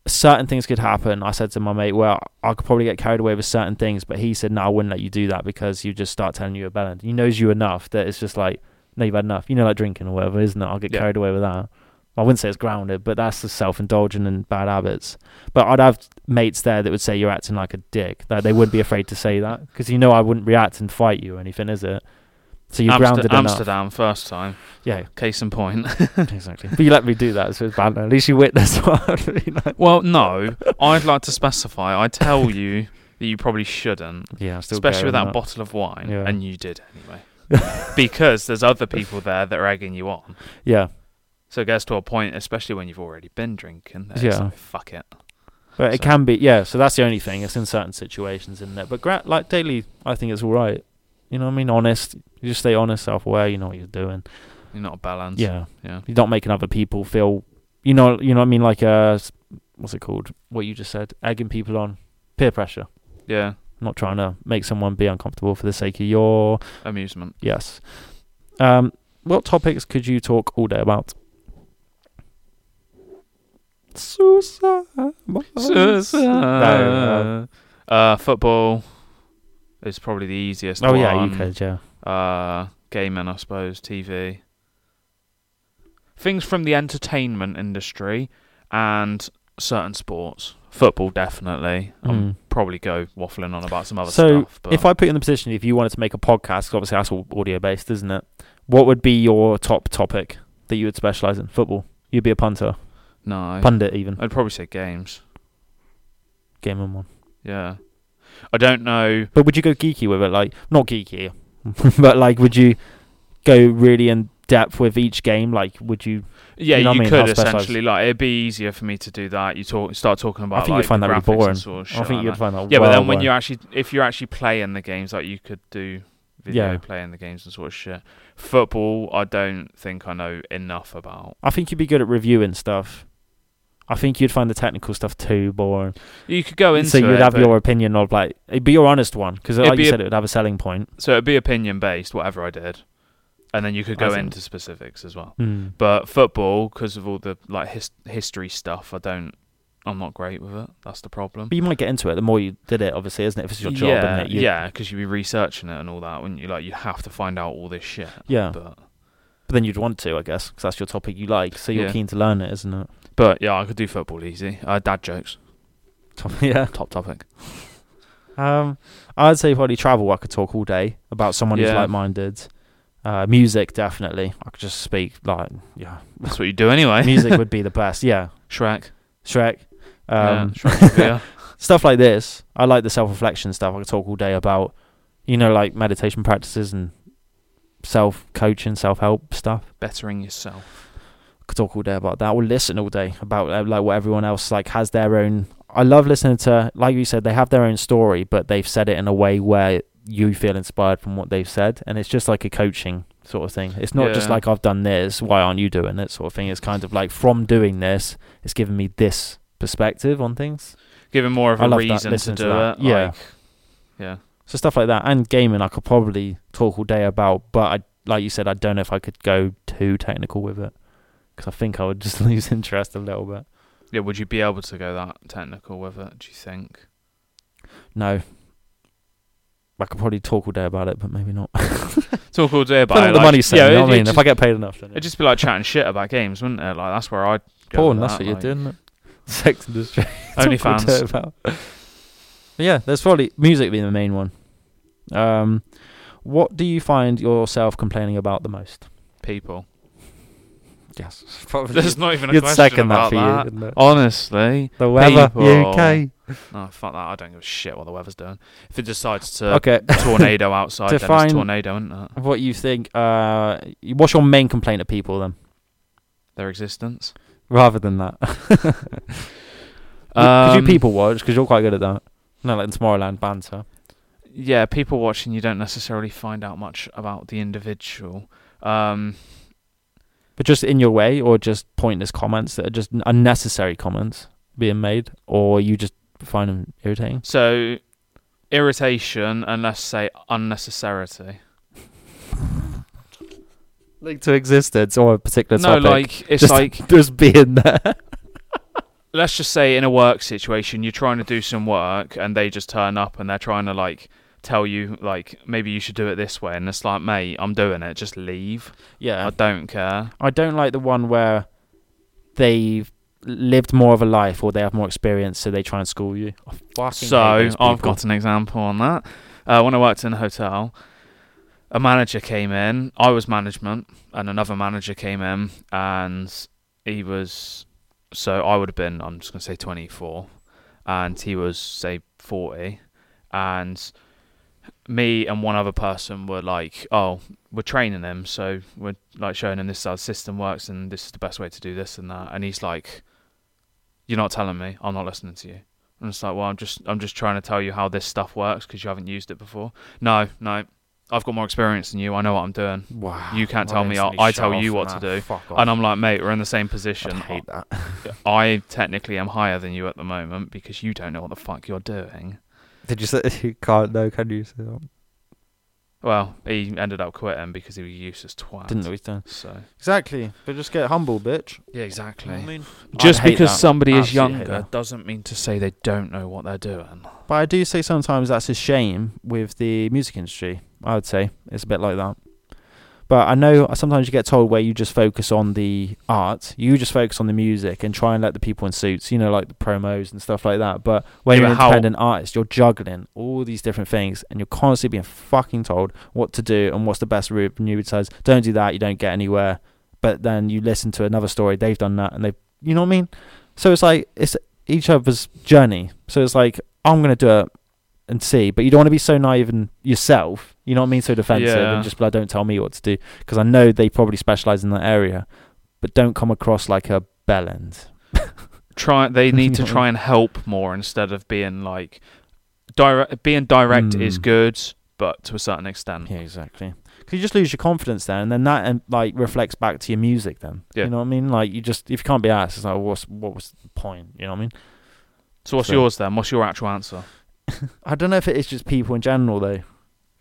C: certain things could happen. I said to my mate, "Well, I could probably get carried away with certain things," but he said, "No, I wouldn't let you do that because you just start telling you a balance. He knows you enough that it's just like, no, you've had enough. You know, like drinking or whatever, isn't it? I'll get
D: Yeah.
C: carried away with that. I wouldn't say it's grounded, but that's the self-indulgent and bad habits. But I'd have mates there that would say you're acting like a dick. That they wouldn't be afraid to say that because you know I wouldn't react and fight you or anything, is it? So you're
D: Amster-
C: grounded enough.
D: Amsterdam first time.
C: Yeah,
D: Case in point.
C: exactly. but you let me do that, so it's bad. At least you witnessed what I was like.
D: well, no. I'd like to specify. I tell you that you probably shouldn't,
C: Yeah, I'm still
D: especially with
C: going
D: that bottle of wine,
C: Yeah.
D: and you did anyway, because there's other people there that are egging you on.
C: Yeah,
D: So it gets to a point, especially when you've already been drinking. That it's
C: Yeah.
D: like, fuck it.
C: but it
D: So-
C: can be. Yeah, so that's the only thing. It's in certain situations, isn't it? But gra- like daily, I think it's all right. You know what I mean? Honest. You just stay honest, self-aware. You know what you're doing.
D: You're not a balance.
C: Yeah,
D: Yeah.
C: you're not making other people feel. You know, you know what I mean? Like uh, s- what's it called? What you just said, egging people on, peer pressure.
D: Yeah.
C: Not trying to make someone be uncomfortable for the sake of your
D: Amusement.
C: yes. Um, what topics could you talk all day about? Suicide. No,
D: uh, football is probably the easiest.
C: Oh yeah, you
D: one.
C: could. Yeah.
D: Uh, gaming, I suppose. TV. Things from the entertainment industry and certain sports. Football, definitely.
C: Mm.
D: I'll probably go waffling on about some other
C: So,
D: stuff. But
C: If I put you in the position, if you wanted to make a podcast, 'cause obviously that's all audio based, isn't it? What would be your top topic that you would specialize in? Football. You'd be a punter,
D: no,
C: pundit, even
D: I'd probably say games.
C: game and one.
D: Yeah, I don't know.
C: But would you go geeky with it? Like not geeky, but like would you go really in depth with each game? Like would you?
D: Yeah,
C: You
D: you,
C: know what I mean? How
D: could
C: specialised-
D: essentially like it'd be easier for me to do that. You talk, start talking about.
C: I think
D: like,
C: you'd find
D: the
C: that really
D: graphics and
C: boring.
D: sort of
C: I
D: shit
C: think
D: like
C: you'd
D: that.
C: find that.
D: Yeah, but
C: well
D: then when
C: boring.
D: you're actually, if you're actually playing the games, like you could do video
C: Yeah.
D: playing the games and sort of shit. Football, I don't think I know enough about.
C: I think you'd be good at reviewing stuff. I think you'd find the technical stuff too boring.
D: You could go into
C: so you'd
D: it,
C: have
D: but-
C: your opinion of like it'd be your honest one because
D: It'd
C: like
D: be
C: you
D: a-
C: said, it would have a selling point.
D: so it'd be opinion based, whatever I did, and then you could
C: I
D: go
C: see.
D: into specifics as well.
C: Hmm.
D: But football, because of all the like his- history stuff, I don't. I'm not great with it. That's the problem.
C: But you might get into it the more you did it, obviously, isn't it? If it's your job,
D: yeah,
C: isn't it? You-
D: yeah, because you'd be researching it and all that, wouldn't you? Like you have to find out all this shit.
C: Yeah.
D: But
C: But then you'd want to, I guess, because that's your topic you like. So you're
D: Yeah.
C: keen to learn it, isn't it?
D: but yeah, I could do football easy. Uh, dad jokes,
C: yeah.
D: top topic.
C: Um, I'd say probably travel. I could talk all day about someone who's
D: Yeah.
C: like-minded. Uh, music, definitely. I could just speak like, yeah.
D: That's what you do anyway.
C: Music would be the best. Yeah,
D: Shrek.
C: Shrek.
D: Yeah,
C: Um,
D: Shrek trivia.
C: stuff like this. I like the self-reflection stuff. I could talk all day about, you know, like meditation practices and self-coaching, self-help stuff.
D: bettering yourself.
C: could talk all day about that. We'll listen all day about uh, like what everyone else like has their own. I love listening to like you said they have their own story, but they've said it in a way where you feel inspired from what they've said, and it's just like a coaching sort of thing. It's not just
D: Yeah.
C: like I've done this, why aren't you doing it sort of thing. It's kind of like from doing this, it's given me this perspective on things.
D: Giving more of
C: I
D: a
C: love that,
D: reason to
C: listening to
D: do
C: that.
D: it.
C: Yeah.
D: like- yeah.
C: So stuff like that, and gaming, I could probably talk all day about, but I like you said, I don't know if I could go too technical with it because I think I would just lose interest a little bit.
D: Yeah. Would you be able to go that technical with it? Do you think?
C: No. I could probably talk all day about it, but maybe not.
D: Talk all day about it,
C: Depends on the
D: like-
C: money
D: yeah,
C: set, you know
D: it-
C: what I
D: it
C: mean? If
D: just-
C: I get paid enough, then
D: It'd just be like chatting shit about games, wouldn't it? Like that's where I'd go
C: porn,
D: with
C: that's
D: that,
C: what you're
D: like-
C: doing. Sex industry. Talk all day
D: OnlyFans.
C: about. But yeah, there's probably music being the main one. Um, what do you find yourself complaining about the most?
D: People.
C: Yes, probably.
D: There's not even a
C: You'd
D: question
C: second that
D: about
C: for
D: that.
C: you. wouldn't it?
D: Honestly,
C: The weather,
D: people.
C: UK.
D: no, Oh, fuck that. I don't give a shit what the weather's doing. If it decides to
C: Okay,
D: tornado outside, then
C: Define-
D: it's tornado, isn't it?
C: what you think? Uh, what's your main complaint of people then,
D: Their existence.
C: rather than that? could
D: Um,
C: you people watch? Because you're quite good at that. No, like in Tomorrowland banter.
D: yeah, people watching, you don't necessarily find out much about the individual. Um,
C: but just in your way or just pointless comments that are just unnecessary comments being made or you just find them irritating
D: so, irritation, and let's say unnecessarity.
C: linked to existence or a particular
D: no,
C: topic
D: like it's
C: just,
D: like
C: just being there
D: let's just say in a work situation, you're trying to do some work, and they just turn up and they're trying to like tell you like maybe you should do it this way, and it's like, mate, I'm doing it. Just leave. I
C: yeah
D: don't care.
C: i don't like the one where they've lived more of a life or they have more experience so they try and school you I fucking
D: So
C: hate those
D: I've
C: people.
D: got an example on that. Uh, when I worked in a hotel, a manager came in. I was management, and another manager came in, and he was. So I would have been. I'm just gonna say 24, and he was say 40, and me and one other person were like, oh, we're training him, so we're like showing him this is how the system works, and this is the best way to do this and that, and he's like, you're not telling me. I'm not listening to you. And it's like, well, I'm just, I'm just trying to tell you how this stuff works because you haven't used it before. No, no, I've got more experience than you. I know what I'm doing.
C: wow
D: you can't
C: I'd
D: tell me, I-
C: instantly
D: I
C: shut
D: tell
C: off
D: you what
C: and
D: to
C: I-
D: do.
C: fuck off.
D: And I'm like, mate, we're in the same
C: I'd
D: position.
C: hate that
D: I technically am higher than you at the moment because you don't know what the fuck you're doing.
C: did you say you can't no can you um, say that?
D: Well, he ended up quitting because he was a useless twat.
C: didn't know he's done
D: So
C: exactly but just get humble bitch
D: yeah, exactly.
C: mean
D: Just because
C: some.
D: somebody is
C: Absolutely hate
D: younger
C: that.
D: doesn't mean to say they don't know what they're doing.
C: But I do say sometimes that's a shame with the music industry. I would say it's a bit like that. But I know sometimes you get told where you just focus on the art, you just focus on the music and try and let the people in suits, you know, like the promos and stuff like that. But when
D: Yeah,
C: you're an
D: but how-
C: independent artist, you're juggling all these different things and you're constantly being fucking told what to do and what's the best route. And you realize, don't do that, you don't get anywhere. But then you listen to another story, they've done that and they've, you know what I mean? So it's like, it's each other's journey. So it's like, I'm going to do it and see, but you don't want to be so naive in yourself. You know what I mean? So defensive
D: Yeah.
C: and just be like, don't tell me what to do because I know they probably specialize in that area, but don't come across like a bellend.
D: Try they need to
C: Yeah.
D: try and help more instead of being like direct. Being direct is
C: Mm.
D: good, but to a certain extent.
C: Yeah, exactly. Because you just lose your confidence then, and then that and like reflects back to your music. Then
D: Yeah.
C: you know what I mean. Like you just if you can't be asked, it's like what's what was the point? You know what I mean.
D: So what's
C: So-
D: yours then? What's your actual answer?
C: I don't know if it is just people in general though,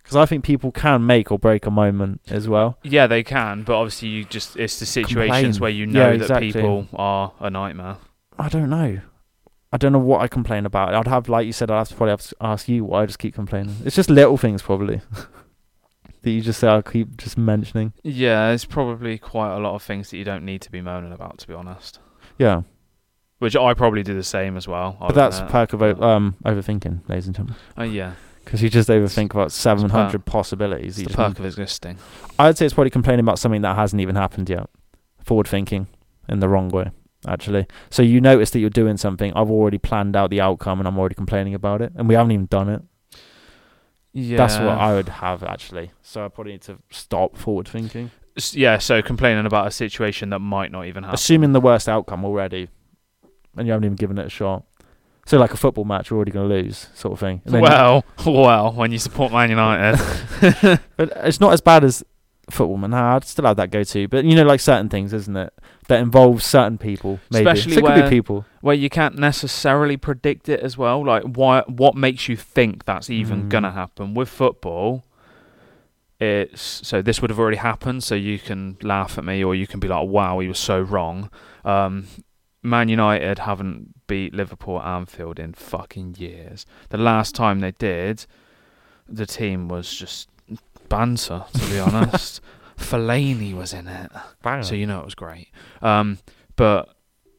C: because I think people can make or break a moment as well.
D: Yeah, they can, but obviously you just it's the situations
C: Complain.
D: where you
C: Yeah,
D: know
C: exactly.
D: that people are a nightmare.
C: I don't know. I don't know what I complain about. I'd have like you said, I'd have to probably have to ask you why I just keep complaining. It's just little things probably that you just say I keep just mentioning.
D: Yeah, there's probably quite a lot of things that you don't need to be moaning about, to be honest.
C: Yeah,
D: Which I probably do the same as well. I'll
C: but that's
D: admit.
C: a perk of o- um overthinking, ladies and gentlemen,
D: Uh, yeah,
C: because you just overthink about seven hundred
D: it's
C: possibilities. You
D: the
C: just
D: perk of existing.
C: I'd say it's probably complaining about something that hasn't even happened yet. Forward thinking in the wrong way, actually. So you notice that you're doing something. I've already planned out the outcome and I'm already complaining about it. And we haven't even done it.
D: Yeah,
C: That's what I would have, actually. So I probably need to stop forward thinking.
D: S- yeah, so complaining about a situation that might not even happen.
C: Assuming the worst outcome already and you haven't even given it a shot. So, like a football match, you're already going to lose, sort of thing. And then-
D: well, well, when you support Man United,
C: But it's not as bad as football, man. Nah, I'd still have that go to. But, you know, like certain things, isn't it? That involves certain people, maybe.
D: Especially
C: so it could be
D: where-
C: people.
D: where you can't necessarily predict it as well. Like, why? What makes you think that's even
C: Mm.
D: gonna happen with football? It's so this would have already happened, so you can laugh at me, or you can be like, "Wow, he was so wrong." Um, Man United haven't beat Liverpool at Anfield in fucking years. The last time they did, the team was just banter. To be honest, Fellaini was in it. So you know it was great. Um, but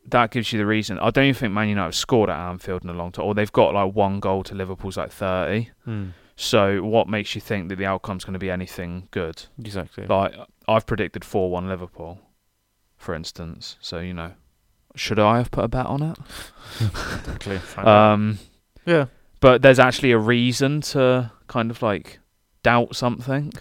D: that gives you the reason. I don't even think Man United have scored at Anfield in a long time, or they've got like one goal to Liverpool's like thirty.
C: Mm,
D: So what makes you think that the outcome's going to be anything good?
C: exactly.
D: Like I've predicted four-one Liverpool, for instance. So you know, should I have put a bet on it? Um,
C: yeah.
D: but there's actually a reason to kind of like doubt something.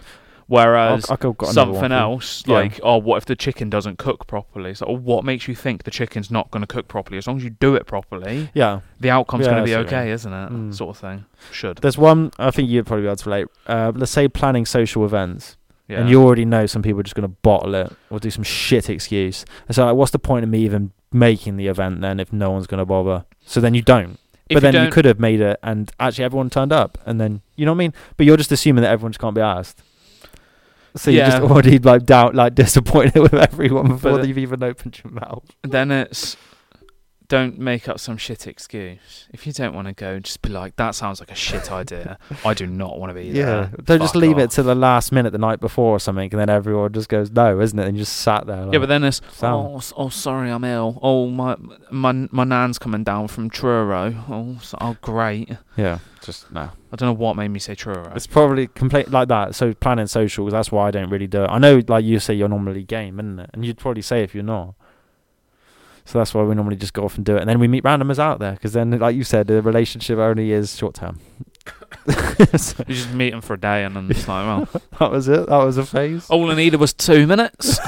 D: Whereas
C: I've got another one for
D: something
C: you.
D: else
C: Yeah.
D: like oh what if the chicken doesn't cook properly it's like, oh, what makes you think the chicken's not going to cook properly as long as you do it properly
C: Yeah.
D: the outcome's
C: Yeah,
D: going to be
C: I see what you
D: okay isn't it
C: Mm.
D: sort of thing should
C: There's one I think you'd probably be able to relate. Uh, let's say planning social events,
D: yeah
C: and you already know some people are just going to bottle it or do some shit excuse. And so, like, what's the point of me even making the event then if no one's going to bother? So then you don't.
D: If
C: but then you
D: don't-
C: could have made it, and actually everyone turned up, and then you know what I mean. But you're just assuming that everyone just can't be asked. So you're
D: Yeah.
C: just already like doubt, like disappointed with everyone before
D: the-
C: you've even opened your mouth.
D: then it's don't make up some shit excuse if you don't want to go just be like that sounds like a shit idea i do not want to be there
C: They'll just
D: Fuck
C: leave
D: off."
C: it to the last minute the night before or something, and then everyone just goes, no, isn't it? And you just sat there.
D: yeah, but then it's
C: Sound.
D: oh, s- oh, sorry, I'm ill. Oh, my, my, my nan's coming down from Truro. Oh, so, oh, great.
C: yeah, just no.
D: I don't know what made me say Truro.
C: It's probably complete like that. So planning socials, that's why I don't really do it. I know, like you say, you're normally game, isn't it? And you'd probably say if you're not. So that's why we normally just go off and do it, and then we meet randomers out there, because then, like you said, the relationship only is short term. so
D: You just meet him for a day and then it's like, well,
C: that was it. That was a phase.
D: all I needed was two minutes.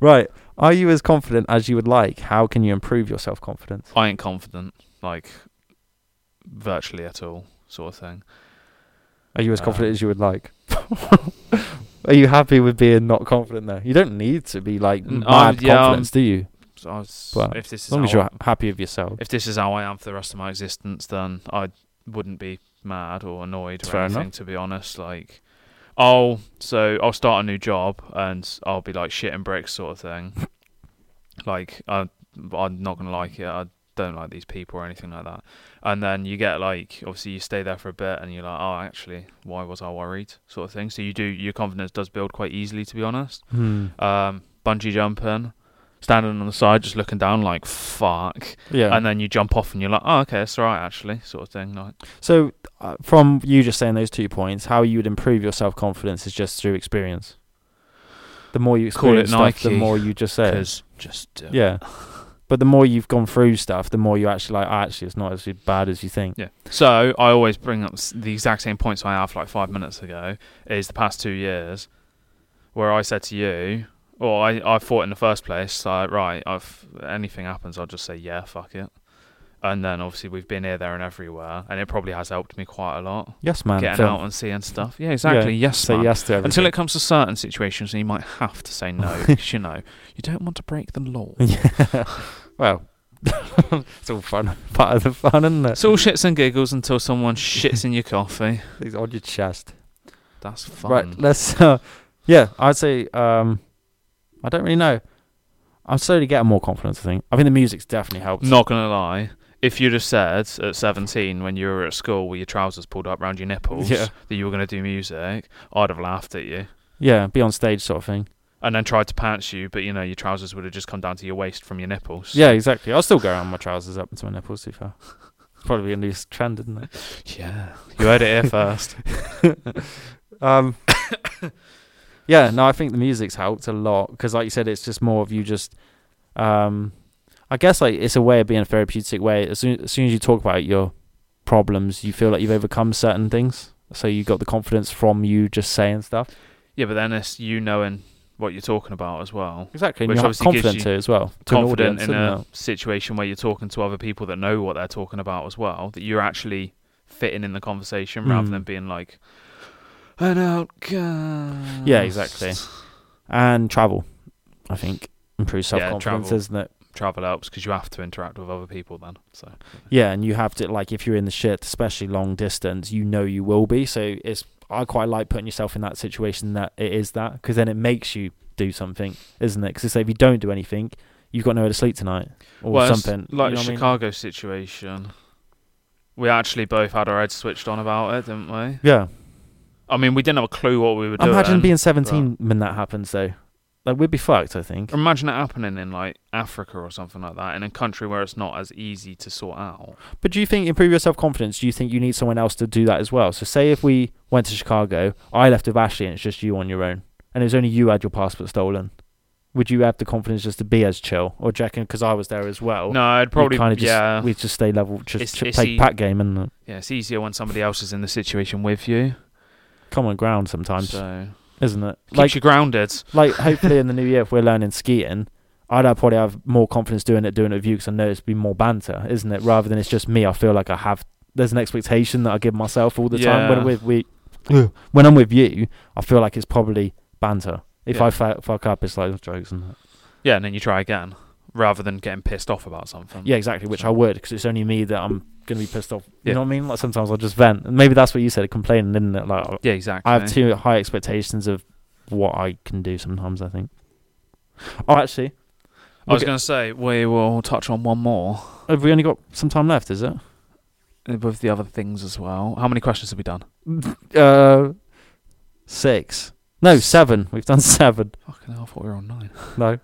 C: Right. Are you as confident as you would like? How can you improve your self confidence?
D: I ain't confident, like, virtually at all, sort of thing.
C: Are you as confident
D: Um,
C: as you would like? Are you happy with being not confident though? You don't need to be like
D: Mm,
C: mad
D: I'm- yeah,
C: confidence, do you?
D: So I was,
C: Well,
D: if this
C: As
D: is
C: long
D: how
C: as you're
D: I,
C: ha- happy with yourself.
D: if this is how I am for the rest of my existence, then I wouldn't be mad or annoyed
C: That's
D: or
C: fair
D: anything.
C: enough.
D: To be honest, like, I'll so I'll start a new job and I'll be like shit and bricks, sort of thing. like, I, I'm not gonna like it. I don't like these people or anything like that. And then you get like, obviously, you stay there for a bit and you're like, oh, actually, why was I worried, sort of thing. So you do your confidence does build quite easily, to be honest.
C: Hmm.
D: Um, bungee jumping. Standing on the side, just looking down, like fuck
C: Yeah.
D: and then you jump off and you're like, oh, okay, that's all right, actually, sort of thing. Like,
C: so, uh, from you just saying those two points, how you would improve your self confidence is just through experience. The more you
D: Call it
C: experience stuff, the
D: Nike,
C: more you just say. it.
D: 'cause just uh, do it.
C: Yeah. But the more you've gone through stuff, the more you actually like. "Ah, Actually, it's not as bad as you think.
D: Yeah. So I always bring up s- the exact same points I have like five minutes ago. Is the past two years where I said to you, or I, I thought in the first place, like, right, I've anything happens, I'll just say yeah, fuck it, And then obviously we've been here, there, and everywhere, and it probably has helped me quite a lot
C: Yes, man.
D: getting
C: film.
D: out and seeing stuff. Yeah, exactly. yes,
C: Say
D: man.
C: yes to everything.
D: Until it comes to certain situations, and you might have to say no because you know you don't want to break the law.
C: well, it's all fun. Part of the fun, isn't it?
D: It's all shits and giggles until someone shits in your coffee.
C: It's on your chest.
D: That's fun.
C: Right. Let's. Uh, yeah, I'd say. Um, I don't really know. I'm slowly getting more confidence. I think. I think the music's definitely helped.
D: Not gonna lie, if you'd have said at 17 when you were at school with your trousers pulled up round your nipples
C: Yeah.
D: that you were gonna do music, I'd have laughed at you
C: Yeah, be on stage sort of thing.
D: and then tried to pants you, but you know your trousers would have just come down to your waist from your nipples.
C: Yeah, exactly. I'll still go around with my trousers up into my nipples. Too far. It's probably a new s- trend, isn't it?
D: yeah. You heard it here first.
C: Um, yeah, no, I think the music's helped a lot because, like you said, it's just more of you just. Um, I guess like it's a way of being a therapeutic way. As soon, as soon as you talk about your problems, you feel like you've overcome certain things. So you got the confidence from you just saying stuff.
D: Yeah, but then it's you knowing what you're talking about as well.
C: Exactly, and
D: Which
C: you have
D: obviously gives
C: confidence
D: you
C: too as well. To an
D: confident
C: audience,
D: in
C: isn't
D: a
C: it?
D: situation where you're talking to other people that know what they're talking about as well, that you're actually fitting in the conversation rather
C: Mm.
D: than being like an outcast.
C: Yeah, exactly. and travel. I think improves
D: Yeah,
C: self confidence,
D: travel.
C: isn't it?
D: Travel helps because you have to interact with other people then. So
C: Yeah, and you have to like if you're in the shit, especially long distance, you know you will be. So it's I quite like putting yourself in that situation that it is that because then it makes you do something, isn't it? Because say if you don't do anything, you've got nowhere to sleep tonight or
D: well, it's
C: something.
D: like
C: you know what I mean?
D: Chicago situation. We actually both had our heads switched on about it, didn't we?
C: Yeah,
D: I mean, we didn't have a clue what we were doing.
C: imagine being 17 when that happens though. Like we'd be fucked, I think.
D: Imagine it happening in like Africa or something like that, in a country where it's not as easy to sort out.
C: But do you think improve your self confidence? Do you think you need someone else to do that as well? So say if we went to Chicago, I left with Ashley, and it's just you on your own, and it was only you had your passport stolen. Would you have the confidence just to be as chill, or do you because I was there as well?
D: No, I'd
C: we'd
D: probably
C: kinda just,
D: yeah.
C: We just stay level, just
D: It's-
C: ch-
D: it's
C: play
D: e-
C: pat game and uh,
D: yeah, it's easier when somebody else is in the situation with you.
C: common ground sometimes,
D: so
C: isn't it?
D: keeps
C: Like,
D: you grounded.
C: like hopefully in the new year, if we're learning skiing, I'd have probably have more confidence doing it, doing it with you, because I know it's be more banter, isn't it? Rather than it's just me, I feel like I have. There's an expectation that I give myself all the time. When
D: Yeah.
C: with we, when I'm with you, I feel like it's probably banter. If
D: Yeah.
C: I fa- fuck up, it's like jokes and
D: Yeah, and then you try again, rather than getting pissed off about something.
C: yeah, exactly. Which I would, because it's only me that I'm gonna be pissed off. You
D: Yeah.
C: know what I mean? Like sometimes I'll just vent, and maybe that's what you said, complaining, isn't it? Like
D: yeah, exactly.
C: I have too high expectations of what I can do sometimes. I think. Oh, actually,
D: I was
C: Okay.
D: going to say we will touch on one more
C: have we only got some time left? Is it?
D: uh, with the other things as well. How many questions have we done?
C: Uh, six. No, seven. We've done seven.
D: Fucking hell, I thought we were on nine.
C: No.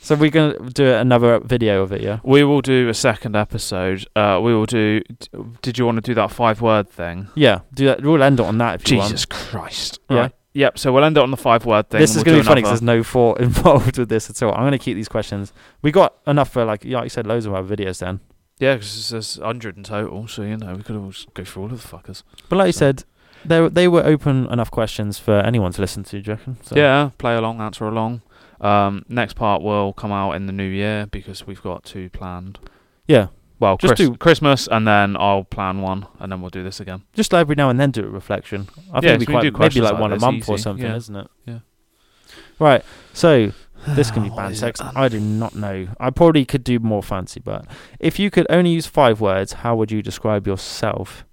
C: So we're gonna do another video of it, yeah.
D: We will do a second episode. Uh, we will do. d- Did you want to do that five word thing?
C: Yeah, do that. We'll end it on that if you want.
D: Jesus Christ!
C: Yeah.
D: Right. Yep. So we'll end it on the five word thing.
C: This
D: and
C: is
D: we'll do
C: gonna be funny 'cause
D: another-
C: there's no thought involved with this at all. I'm gonna keep these questions. We got enough for like, like you said, loads of our videos then.
D: Yeah, because there's 100 in total, so you know, we could all just go through all of the fuckers.
C: But like you
D: So-
C: said, they were- they were open enough questions for anyone to listen to. Do you reckon? So,
D: Yeah, play along, answer along. Um, next part will come out in the new year because we've got two planned.
C: yeah.
D: Well,
C: Just
D: Chris-
C: do-
D: Christmas, and then I'll plan one, and then we'll do this again.
C: Just every now and then do a reflection. I
D: Yeah,
C: think we
D: so we
C: quite
D: do
C: maybe
D: questions
C: like,
D: like
C: one a
D: this,
C: month or
D: easy,
C: something,
D: yeah.
C: isn't it?
D: Yeah.
C: Right. So this can be
D: What
C: band
D: is
C: text.
D: it?
C: I do not know. I probably could do more fancy, but if you could only use five words, how would you describe yourself?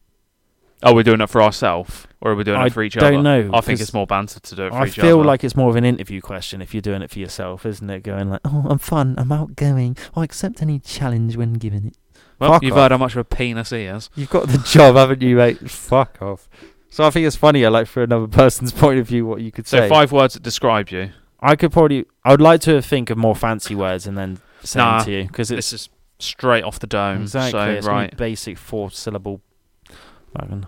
D: Oh, we're doing it for ourselves, or are we doing
C: I
D: it for each
C: don't
D: other?
C: know,
D: I think
C: because
D: it's more banter to do it for
C: I
D: each
C: feel
D: other.
C: like it's more of an interview question if you're doing it for yourself, isn't it? Going like, oh, I'm fun, I'm outgoing, I accept any challenge when given it.
D: well,
C: fuck
D: you've
C: off.
D: heard how much of a penis he is.
C: You've got the job, haven't you, mate? Fuck off. So I think it's funnier, like for another person's point of view, what you could
D: So
C: say.
D: five words that describe you.
C: I could probably. I would like to think of more fancy words and then send
D: Nah,
C: them to you because it's
D: This is straight off the dome.
C: exactly
D: So
C: it's gonna be
D: right.
C: basic four syllable. Fucking-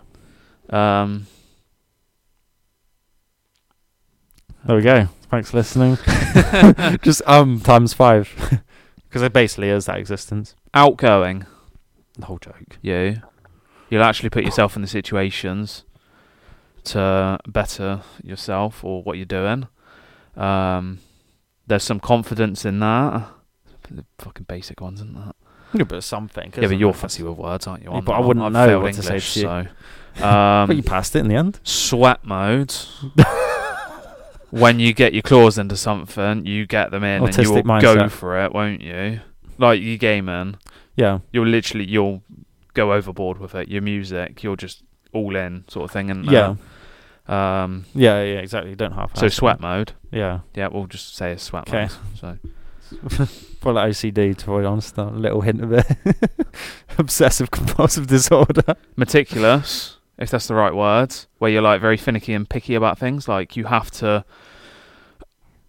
D: Um,
C: There we go. Thanks for listening. Just um times five because it basically is that existence.
D: outgoing.
C: The whole joke.
D: you, you'll actually put yourself in the situations to better yourself or what you're doing. Um, there's some confidence in that. The fucking basic ones, isn't that?
C: Yeah, but something.
D: Yeah, but
C: isn't
D: you're
C: it?
D: fussy with words, aren't you?
C: Yeah, but I wouldn't know
D: failed
C: what to say to you.
D: So, um,
C: but you passed it in the end.
D: swap mode. when you get your claws into something, you get them in, and
C: Autistic
D: you'll go
C: mindset.
D: for it, won't you? Like you gaming,
C: Yeah.
D: you'll literally you'll go overboard with it. Your music, you're just all in sort of thing, and
C: Yeah.
D: Um,
C: Yeah. Yeah. Exactly. Don't half.
D: so sweat mode.
C: Yeah.
D: Yeah, we'll just say it's sweat
C: 'Kay.
D: mode. So
C: For like OCD, to be honest, a little hint of it. Obsessive compulsive disorder.
D: meticulous, if that's the right word, where you're like very finicky and picky about things. Like you have to,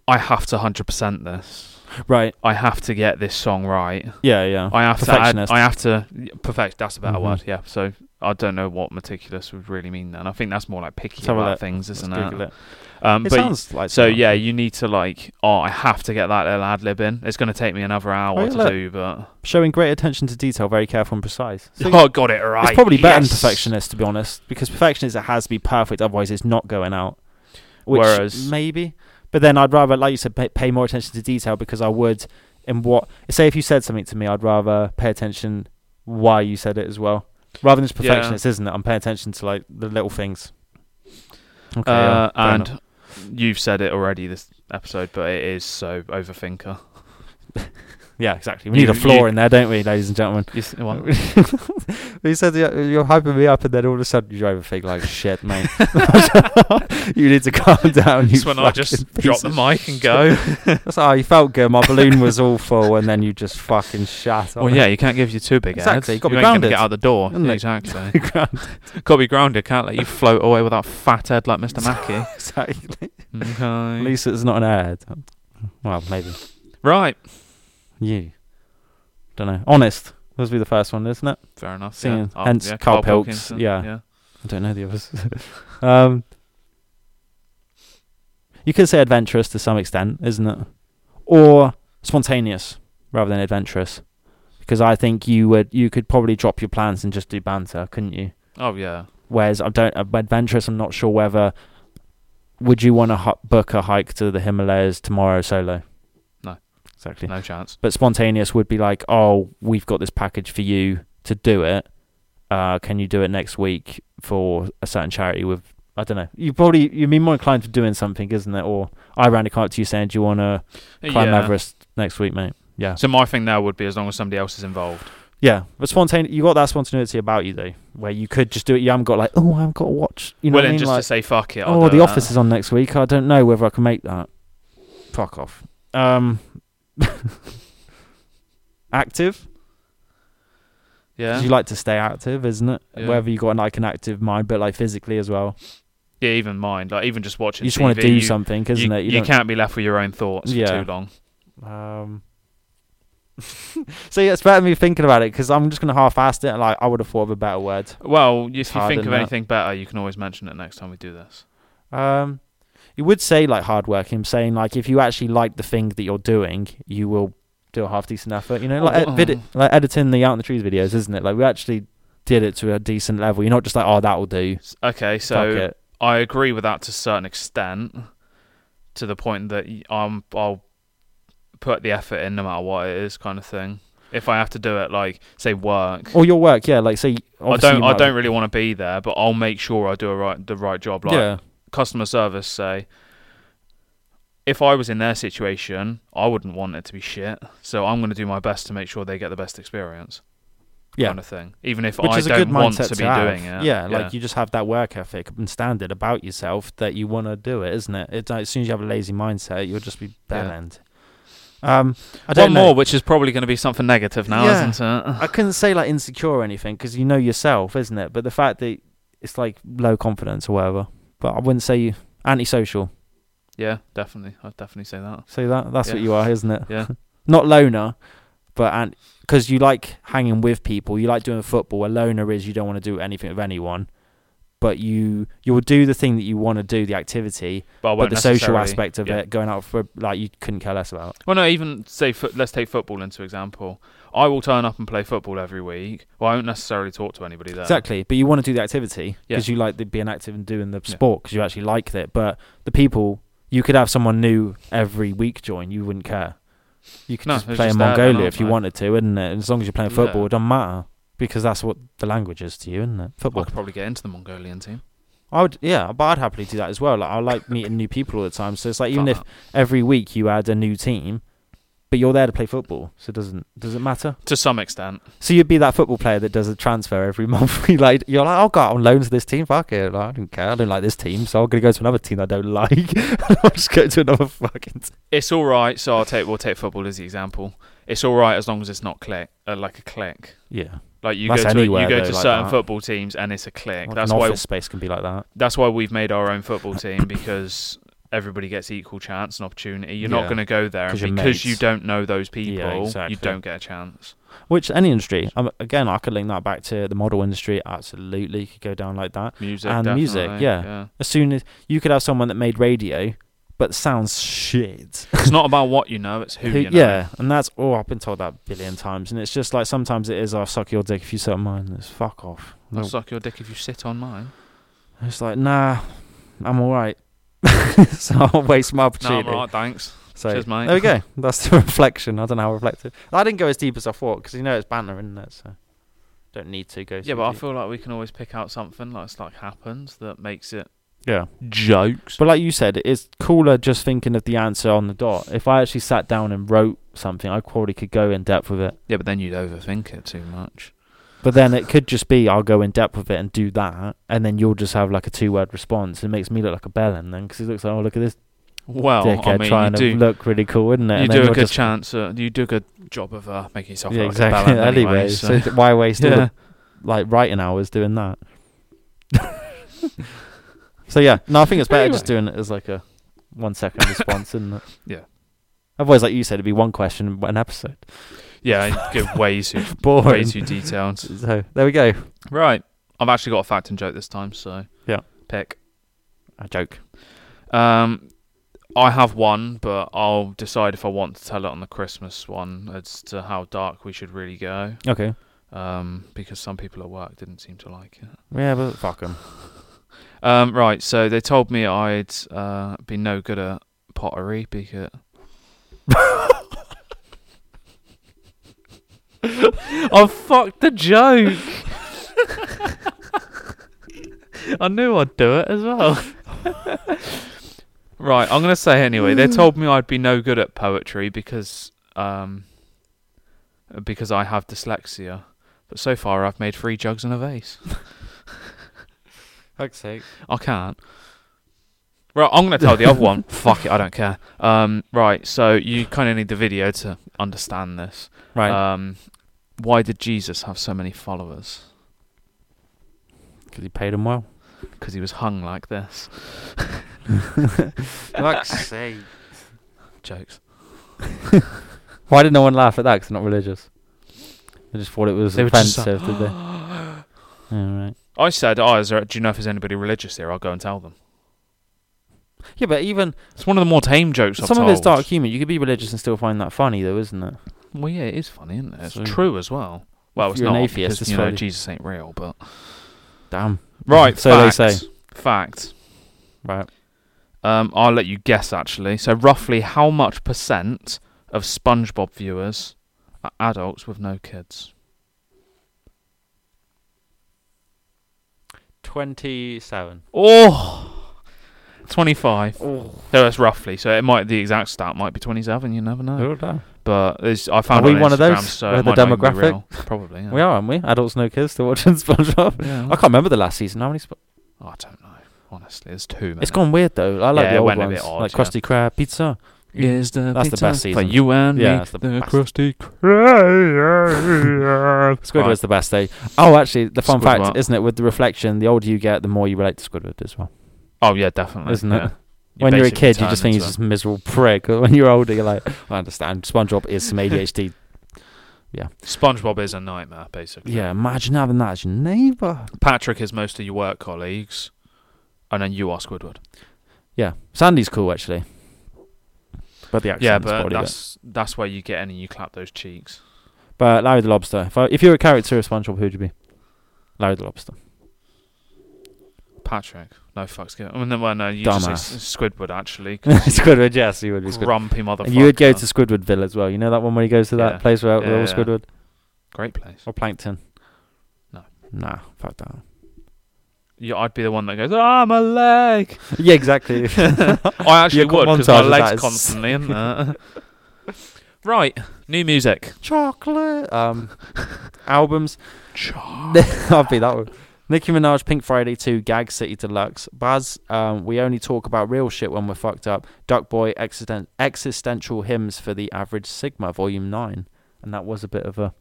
D: I have to hundred percent this.
C: Right.
D: I have to get this song right.
C: Yeah. Yeah.
D: I have to. Add,
C: Perfectionist.
D: I have to y- perfect. That's a better
C: Mhm.
D: word. Yeah. So I don't know what meticulous would really mean then. I think that's more like picky
C: Let's have a
D: about
C: look.
D: things,
C: Let's
D: isn't
C: Google it.
D: Um,
C: It
D: but
C: sounds like
D: so
C: something.
D: yeah, you need to like. Oh, I have to get that little ad lib in. It's going to take me another hour
C: Oh, yeah,
D: to
C: look.
D: do, but
C: showing great attention to detail, very careful and precise. So
D: oh, got it right.
C: it's probably better
D: yes.
C: than perfectionist, to be honest, because perfectionist it has to be perfect, otherwise it's not going out. Which
D: Whereas-
C: maybe, but then I'd rather, like you said, pay, pay more attention to detail because I would in what say if you said something to me, I'd rather pay attention why you said it as well, rather than just
D: Yeah.
C: perfectionist, isn't it? I'm paying attention to like the little things. Okay, yeah,
D: Uh,
C: fair
D: and
C: enough.
D: you've said it already this episode, but it is so overthinker.
C: yeah, exactly. We
D: you-
C: need a flaw
D: you-
C: in there, don't we, ladies and gentlemen?
D: You s- what?
C: you said you're, you're hyping me up, and then all of a sudden you overthink like shit, mate. you need to calm down. You
D: It's when I just
C: fucking
D: drop
C: piece
D: the
C: of
D: mic and go.
C: shit. That's how you felt good. My balloon was all full, and then you just fucking shut up.
D: Well, yeah, you can't give you too big
C: Exactly,
D: heads.
C: you gotta be
D: ain't gonna
C: grounded,
D: get out the door.
C: isn't it?
D: Exactly. got to be grounded. Can't let you float away with that fat head like Mr. Mackey.
C: exactly. At
D: okay.
C: least it's not an ad. Well, maybe
D: Right.
C: you. Don't know. Honest. This will be the first one, isn't it?
D: Fair enough. Yeah.
C: Seeing- hence Carl Pilkington,
D: Pilkington,
C: yeah. I don't know the others. um, you could say adventurous to some extent, isn't it? Or spontaneous rather than adventurous, because I think you would you could probably drop your plans and just do banter, couldn't you?
D: Oh yeah.
C: Whereas I don't uh, adventurous. I'm not sure whether would you want to hu- book a hike to the Himalayas tomorrow solo.
D: No.
C: exactly.
D: No chance.
C: But spontaneous would be like, oh, we've got this package for you to do it. Uh, can you do it next week for a certain charity with? I don't know. You probably you'd be more inclined to doing something, isn't it? Or I randomly come up to you saying, "Do you want to climb
D: Yeah.
C: Everest next week, mate?" Yeah,
D: So my thing now would be as long as somebody else is involved.
C: yeah. But spontaneous, you got that spontaneity about you though, where you could just do it. You haven't got like, oh, I haven't got to watch. You know
D: Willing
C: what I mean?
D: just
C: Like,
D: to say fuck it. I'll
C: oh,
D: do
C: the
D: it.
C: office is on next week. I don't know whether I can make that. Fuck off. Um, active.
D: Yeah.
C: 'Cause You like to stay active, isn't it?
D: Yeah.
C: Whether you got like an active mind, but like physically as well.
D: yeah. Even mind. Like even just watching.
C: You just
D: TV,
C: want to do
D: you,
C: something, isn't
D: you,
C: it?
D: You,
C: don't-
D: can't be left with your own thoughts
C: Yeah.
D: for too long.
C: Um, so yeah, it's better me thinking about it because I'm just gonna half-ass it. Like I would have thought of a better word.
D: Well, if you
C: hard,
D: think of
C: isn't it?
D: anything better, you can always mention it next time we do this.
C: Um, you would say like hardworking. I'm saying like if you actually like the thing that you're doing, you will do a half decent effort. You know, like
D: Oh,
C: ed- vid-
D: um.
C: like editing the out in the trees videos, isn't it? Like we actually did it to a decent level. You're not just like oh that will do.
D: S- Okay,
C: Fuck
D: so
C: it.
D: I agree with that to a certain extent, to the point that y- I'm, I'll put the effort in no matter what it is, kind of thing. If I have to do it, like say work,
C: Or your work, yeah. Like say
D: I
C: obviously
D: don't,
C: you
D: I
C: might-
D: don't really want to be there, but I'll make sure I do a right, the right job. Like
C: yeah.
D: customer service, say. If I was in their situation, I wouldn't want it to be shit. So I'm going to do my best to make sure they get the best experience,
C: Yeah.
D: kind of thing. Even if
C: which
D: I
C: is a
D: don't
C: good
D: want
C: mindset
D: to be
C: have.
D: doing it.
C: Yeah, like you just have that work ethic and standard about yourself that you want to do it, isn't it? It's like, as soon as you have a lazy mindset, you'll just be bell end. Um, I don't
D: One
C: know.
D: more, which is probably going to be something negative now,
C: Yeah.
D: isn't it?
C: I couldn't say like insecure or anything because you know yourself, isn't it? But the fact that it's like low confidence or whatever. But I wouldn't say you antisocial.
D: Yeah, definitely. I'd definitely say that.
C: So that that's
D: Yeah.
C: what you are, isn't it?
D: Yeah.
C: Not loner, but and because you like hanging with people, you like doing football. A loner is you don't want to do anything with anyone, but you you will do the thing that you want to do, the activity,
D: But, I
C: but
D: won't
C: the social
D: necessarily-
C: aspect of
D: yeah.
C: it, going out for like you couldn't care less about.
D: Well, no, even say, foot let's take football into example. I will turn up and play football every week. Well, I won't necessarily talk to anybody there.
C: Exactly, but you want to do the activity
D: Yeah.
C: because you like the, being active and doing the
D: Yeah.
C: sport because you actually like it. But the people, you could have someone new every week join, you wouldn't care. You could
D: No,
C: just
D: it's
C: play in
D: just there, they're
C: Mongolia
D: not
C: if you
D: playing.
C: wanted to, isn't it? And as long as you're playing football,
D: Yeah.
C: it doesn't matter because that's what the language is to you, isn't it?
D: I
C: Football.
D: could probably get into the Mongolian team.
C: I would, yeah, but I'd happily do that as well. Like I like meeting new people all the time, so it's like even
D: Fuck
C: if every week you add a new team, but you're there to play football, so it doesn't does it matter?
D: that. to some extent,
C: So you'd be that football player that does a transfer every month. You like you're like, "Oh, I'll go out on loan to this team. Fuck it, like, I don't care. I don't like this team, so I'm gonna go to another team I don't like. I'll just go to another fucking. Team.
D: it's all right. So I'll take we'll take football as the example. It's all right as long as it's not click uh, like a click.
C: Yeah,
D: Like you
C: That's
D: go to you
C: anywhere,
D: go
C: though,
D: to
C: like
D: certain
C: that.
D: football teams and it's a click.
C: Like
D: that's
C: an
D: why
C: office space can be like that.
D: that's why we've made our own football team because everybody gets equal chance and opportunity. You're not
C: Yeah.
D: going to go there and
C: 'Cause you're
D: because you
C: mates.
D: don't know those people.
C: exactly.
D: You don't get a chance.
C: Which any industry, um, again, I could link that back to the model industry. Absolutely, could go down like that.
D: Music
C: And music,
D: definitely,
C: yeah. As soon as you could have someone that made radio, but sounds shit.
D: it's not about what you know; it's who,
C: Who-
D: you know.
C: Yeah, and that's oh, I've been told that a billion times, and it's just like sometimes it is. I'll suck your dick if you suck mine. It's fuck off.
D: I'll
C: No.
D: suck your dick if you sit on mine.
C: It's like nah, I'm all right. so I'll waste my
D: No,
C: opportunity.
D: I'm alright, thanks.
C: So
D: Cheers, mate.
C: there we go. That's the reflection. I don't know how reflective. I didn't go as deep as I thought because you know it's banter, isn't it? So don't need to go.
D: Yeah,
C: too
D: but I
C: deep.
D: feel like we can always pick out something like it's like happens that makes it
C: yeah.
D: jokes.
C: But like you said, it's cooler just thinking of the answer on the dot. If I actually sat down and wrote something, I probably could go in depth with it.
D: Yeah, but then you'd overthink it too much.
C: But then it could just be I'll go in depth with it and do that, and then you'll just have like a two word response. It makes me look like a bellend then, because he looks like, oh, look at this
D: Well,
C: dickhead
D: Oh, I mean,
C: trying
D: you do
C: to look really cool, isn't it?
D: you
C: and
D: do
C: then
D: a
C: you're
D: good
C: just-
D: chance. Uh, you do a good job of uh, making yourself
C: Yeah,
D: look
C: exactly.
D: like a ballad anyway.
C: anyway,
D: so.
C: so th- why waste all
D: yeah.
C: the, like writing hours doing that? so yeah, no, I think it's better just doing it as like a one second response, isn't it?
D: Yeah.
C: Otherwise, like you said, it'd be one question, an episode.
D: Yeah, I go way too way
C: Boring.
D: too detailed.
C: So there we go.
D: Right. I've actually got a fact and joke this time, so
C: Yeah.
D: pick.
C: A joke.
D: Um, I have one, but I'll decide if I want to tell it on the Christmas one as to how dark we should really go.
C: Okay.
D: Um, because some people at work didn't seem to like it.
C: Yeah, but fuck 'em.
D: Um, right. So they told me I'd uh be no good at pottery because. I fucked the joke. I knew I'd do it as well. right, I'm gonna say anyway. They told me I'd be no good at poetry because um because I have dyslexia. But so far, I've made three jugs and a vase.
C: Fuck's sake.
D: I can't. Right, I'm gonna tell the other one. Fuck it, I don't care. Um, right, so you kind of need the video to understand this.
C: Right.
D: Um, why did Jesus have so many followers?
C: Because he paid him well.
D: Because he was hung like this.
C: Fuck's sake.
D: Jokes.
C: Why did no one laugh at that? Because they're not religious. They just thought it was
D: They were just uh,
C: offensive, did they? Yeah, right.
D: I said, "Oh, is there, do you know if there's anybody religious here? I'll go and tell them."
C: Yeah, but even
D: It's one of the more tame jokes. I've
C: some of it's
D: told.
C: dark humor. You could be religious and still find that funny, though, isn't it?
D: Well, yeah, it is funny, isn't it? It's
C: So-
D: true as well. Well,
C: If
D: it's
C: you're
D: not
C: an atheist,
D: because
C: it's
D: you know
C: fairly-
D: Jesus ain't real, but
C: Damn.
D: right.
C: So they
D: fact.
C: say.
D: Fact.
C: Right.
D: Um, I'll let you guess actually. So roughly how much percent of SpongeBob viewers are adults with no kids?
C: Twenty-seven.
D: Oh, 25.
C: Oh,
D: No, that's roughly. So it might the exact stat might be 27. You never know.
C: damn.
D: But it's, I found
C: Are
D: it
C: we
D: on
C: one of
D: Instagram,
C: those?
D: So
C: We're
D: it
C: the
D: might not even be
C: demographic?
D: real. Probably. Yeah.
C: We are, aren't we? Adults, no kids, still watching SpongeBob.
D: Yeah.
C: I can't remember the last season. How many? Sp-
D: I don't know. Honestly, there's too many.
C: it's gone weird though. I like
D: Yeah,
C: the
D: it
C: old
D: went a
C: ones,
D: bit odd,
C: like
D: yeah.
C: Krusty Krab, pizza.
D: Here's the
C: That's the
D: pizza
C: best
D: for
C: season.
D: you and
C: Yeah,
D: me.
C: that's the
D: the
C: best.
D: crusty.
C: Squidward's the best day. Oh, actually, the fun fact
D: Squidward.
C: isn't it? With the reflection, the older you get, the more you relate to Squidward as well,
D: Oh yeah, definitely.
C: isn't
D: yeah.
C: it? when you're a
D: basically
C: kid, you just
D: turn
C: think
D: into
C: he's just a miserable prick. But when you're older, you're like, I understand. SpongeBob is some ADHD.
D: a- SpongeBob is a nightmare, basically.
C: yeah, imagine having that as your neighbor.
D: Patrick is most of your work colleagues, and then you are Squidward.
C: Yeah, Sandy's cool actually, but the accent's
D: yeah, but
C: probably a bit-
D: that's that's where you get in and you clap those cheeks.
C: But Larry the Lobster. If I, if you're a character of SpongeBob, who'd you be? Larry the Lobster.
D: Patrick, No fucks given. I mean, no, well, no, you just say
C: Dumbass.
D: S- Squidward actually. 'cause he's a
C: Squidward, yes, you would be Squidward.
D: grumpy motherfucker.
C: And you would go to Squidwardville as well. You know that one where he goes to that
D: Yeah.
C: place where
D: Yeah,
C: they're all
D: yeah.
C: Squidward
D: great place.
C: or Plankton?
D: No.
C: Nah, fuck that.
D: Yeah, I'd be the one that goes, "Ah, my leg."
C: yeah, exactly.
D: I actually
C: Your
D: would because
C: montage
D: my
C: of that
D: legs
C: is-
D: constantly in there. right, new music.
C: Chocolate. Um, albums.
D: Char-
C: I'll be that one. Nicki Minaj, Pink Friday 2, Gag City Deluxe, Baz, um, We Only Talk About Real Shit When We're Fucked Up, Duck Boy, Existen- Existential Hymns for the Average Sigma, Volume 9. And that was a bit of a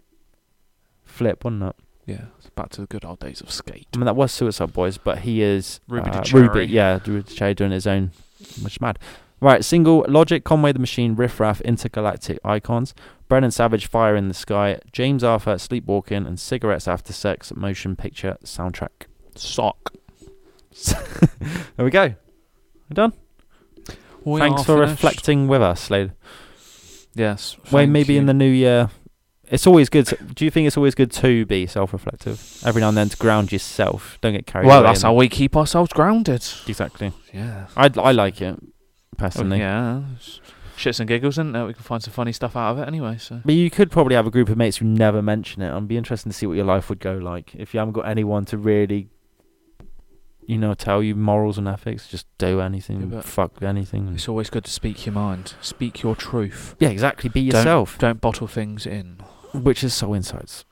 C: flip, wasn't it?
D: yeah, it's back to the good old days of skate.
C: I mean, that was Suicide Boys, but he is
D: Ruby
C: uh,
D: Di
C: Ruby,
D: Cherry.
C: yeah, Ruby Di Cherry doing his own, which is mad. Right, single Logic, Conway the Machine, Riff Raff, Intergalactic Icons, Brennan Savage, Fire in the Sky, James Arthur, Sleepwalking, and Cigarettes After Sex, Motion Picture Soundtrack.
D: Sock.
C: There we go. We're done.
D: We
C: Mm. Thanks
D: are
C: for
D: finished.
C: reflecting with us, Slade.
D: Yes.
C: Well,
D: thank
C: maybe in
D: you.
C: the new year, it's always good. To, do you think it's always good to be self-reflective every now and then to ground yourself? Don't get carried
D: Well,
C: away.
D: that's
C: in-
D: how we keep ourselves grounded.
C: exactly.
D: Yeah.
C: I I like it
D: Oh,
C: personally.
D: yeah. it's Shits and giggles, isn't it? We can find some funny stuff out of it anyway. So.
C: But you could probably have a group of mates who never mention it. I'd be interested to see what your life would go like if you haven't got anyone to really, you know, tell you morals and ethics. Just do anything,
D: Yeah, but-
C: fuck anything. and-
D: It's always good to speak your mind, speak your truth.
C: Yeah, exactly. Be yourself,
D: Don't bottle things in.
C: which is so insights.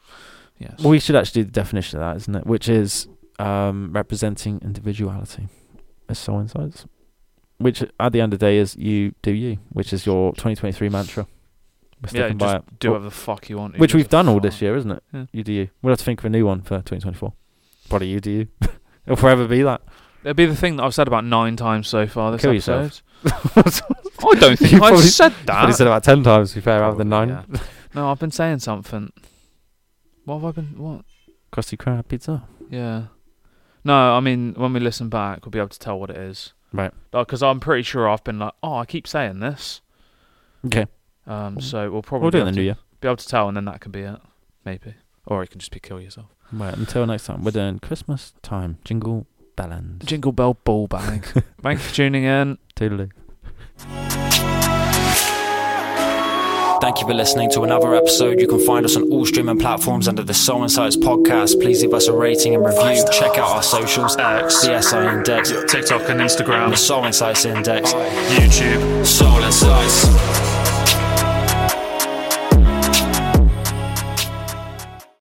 D: Yes.
C: Well, we should actually do the definition of that, isn't it? Which is um, representing individuality as soul insights. Which at the end of the day is you do you, which is your 2023 mantra. We're
D: yeah, just
C: sticking by it.
D: do
C: Well,
D: whatever the fuck you want. who
C: which
D: gives
C: we've
D: a
C: done all this
D: fuck.
C: year, isn't it?
D: Yeah.
C: You do you. We'll have to think of a new one for 2024. Probably you do you. It'll forever be that.
D: It'll be the thing that I've said about nine times so far this
C: Kill
D: episode.
C: yourself.
D: I don't think
C: You
D: I've
C: probably-
D: said
C: Probably
D: that.
C: said about 10 times, to be fair, rather than
D: Ah. Probably, yeah.
C: 9.
D: No, I've been saying something. What have I been? What?
C: Krusty Krab pizza.
D: Yeah. No, I mean, when we listen back, we'll be able to tell what it is.
C: Right.
D: Because I'm pretty sure I've been like, oh, I keep saying this.
C: Okay.
D: Um,
C: Mm.
D: so we'll probably
C: We'll do it
D: be,
C: in
D: able
C: the
D: to,
C: new year.
D: be able to tell, and then that can be it, maybe. Or it can just be kill yourself.
C: Right, until next time, we're doing Christmas time. Jingle bellend.
D: Jingle bell ball bag. Thanks for tuning in.
C: Toodaloo.
A: Thank you for listening to another episode. You can find us on all streaming platforms under the Soul Insights podcast. Please leave us a rating and review. Check out our socials,
B: X,
A: CSI Index,
B: TikTok and
A: and the
B: Instagram,
A: Soul Insights Index.
B: YouTube.
A: Soul Insights.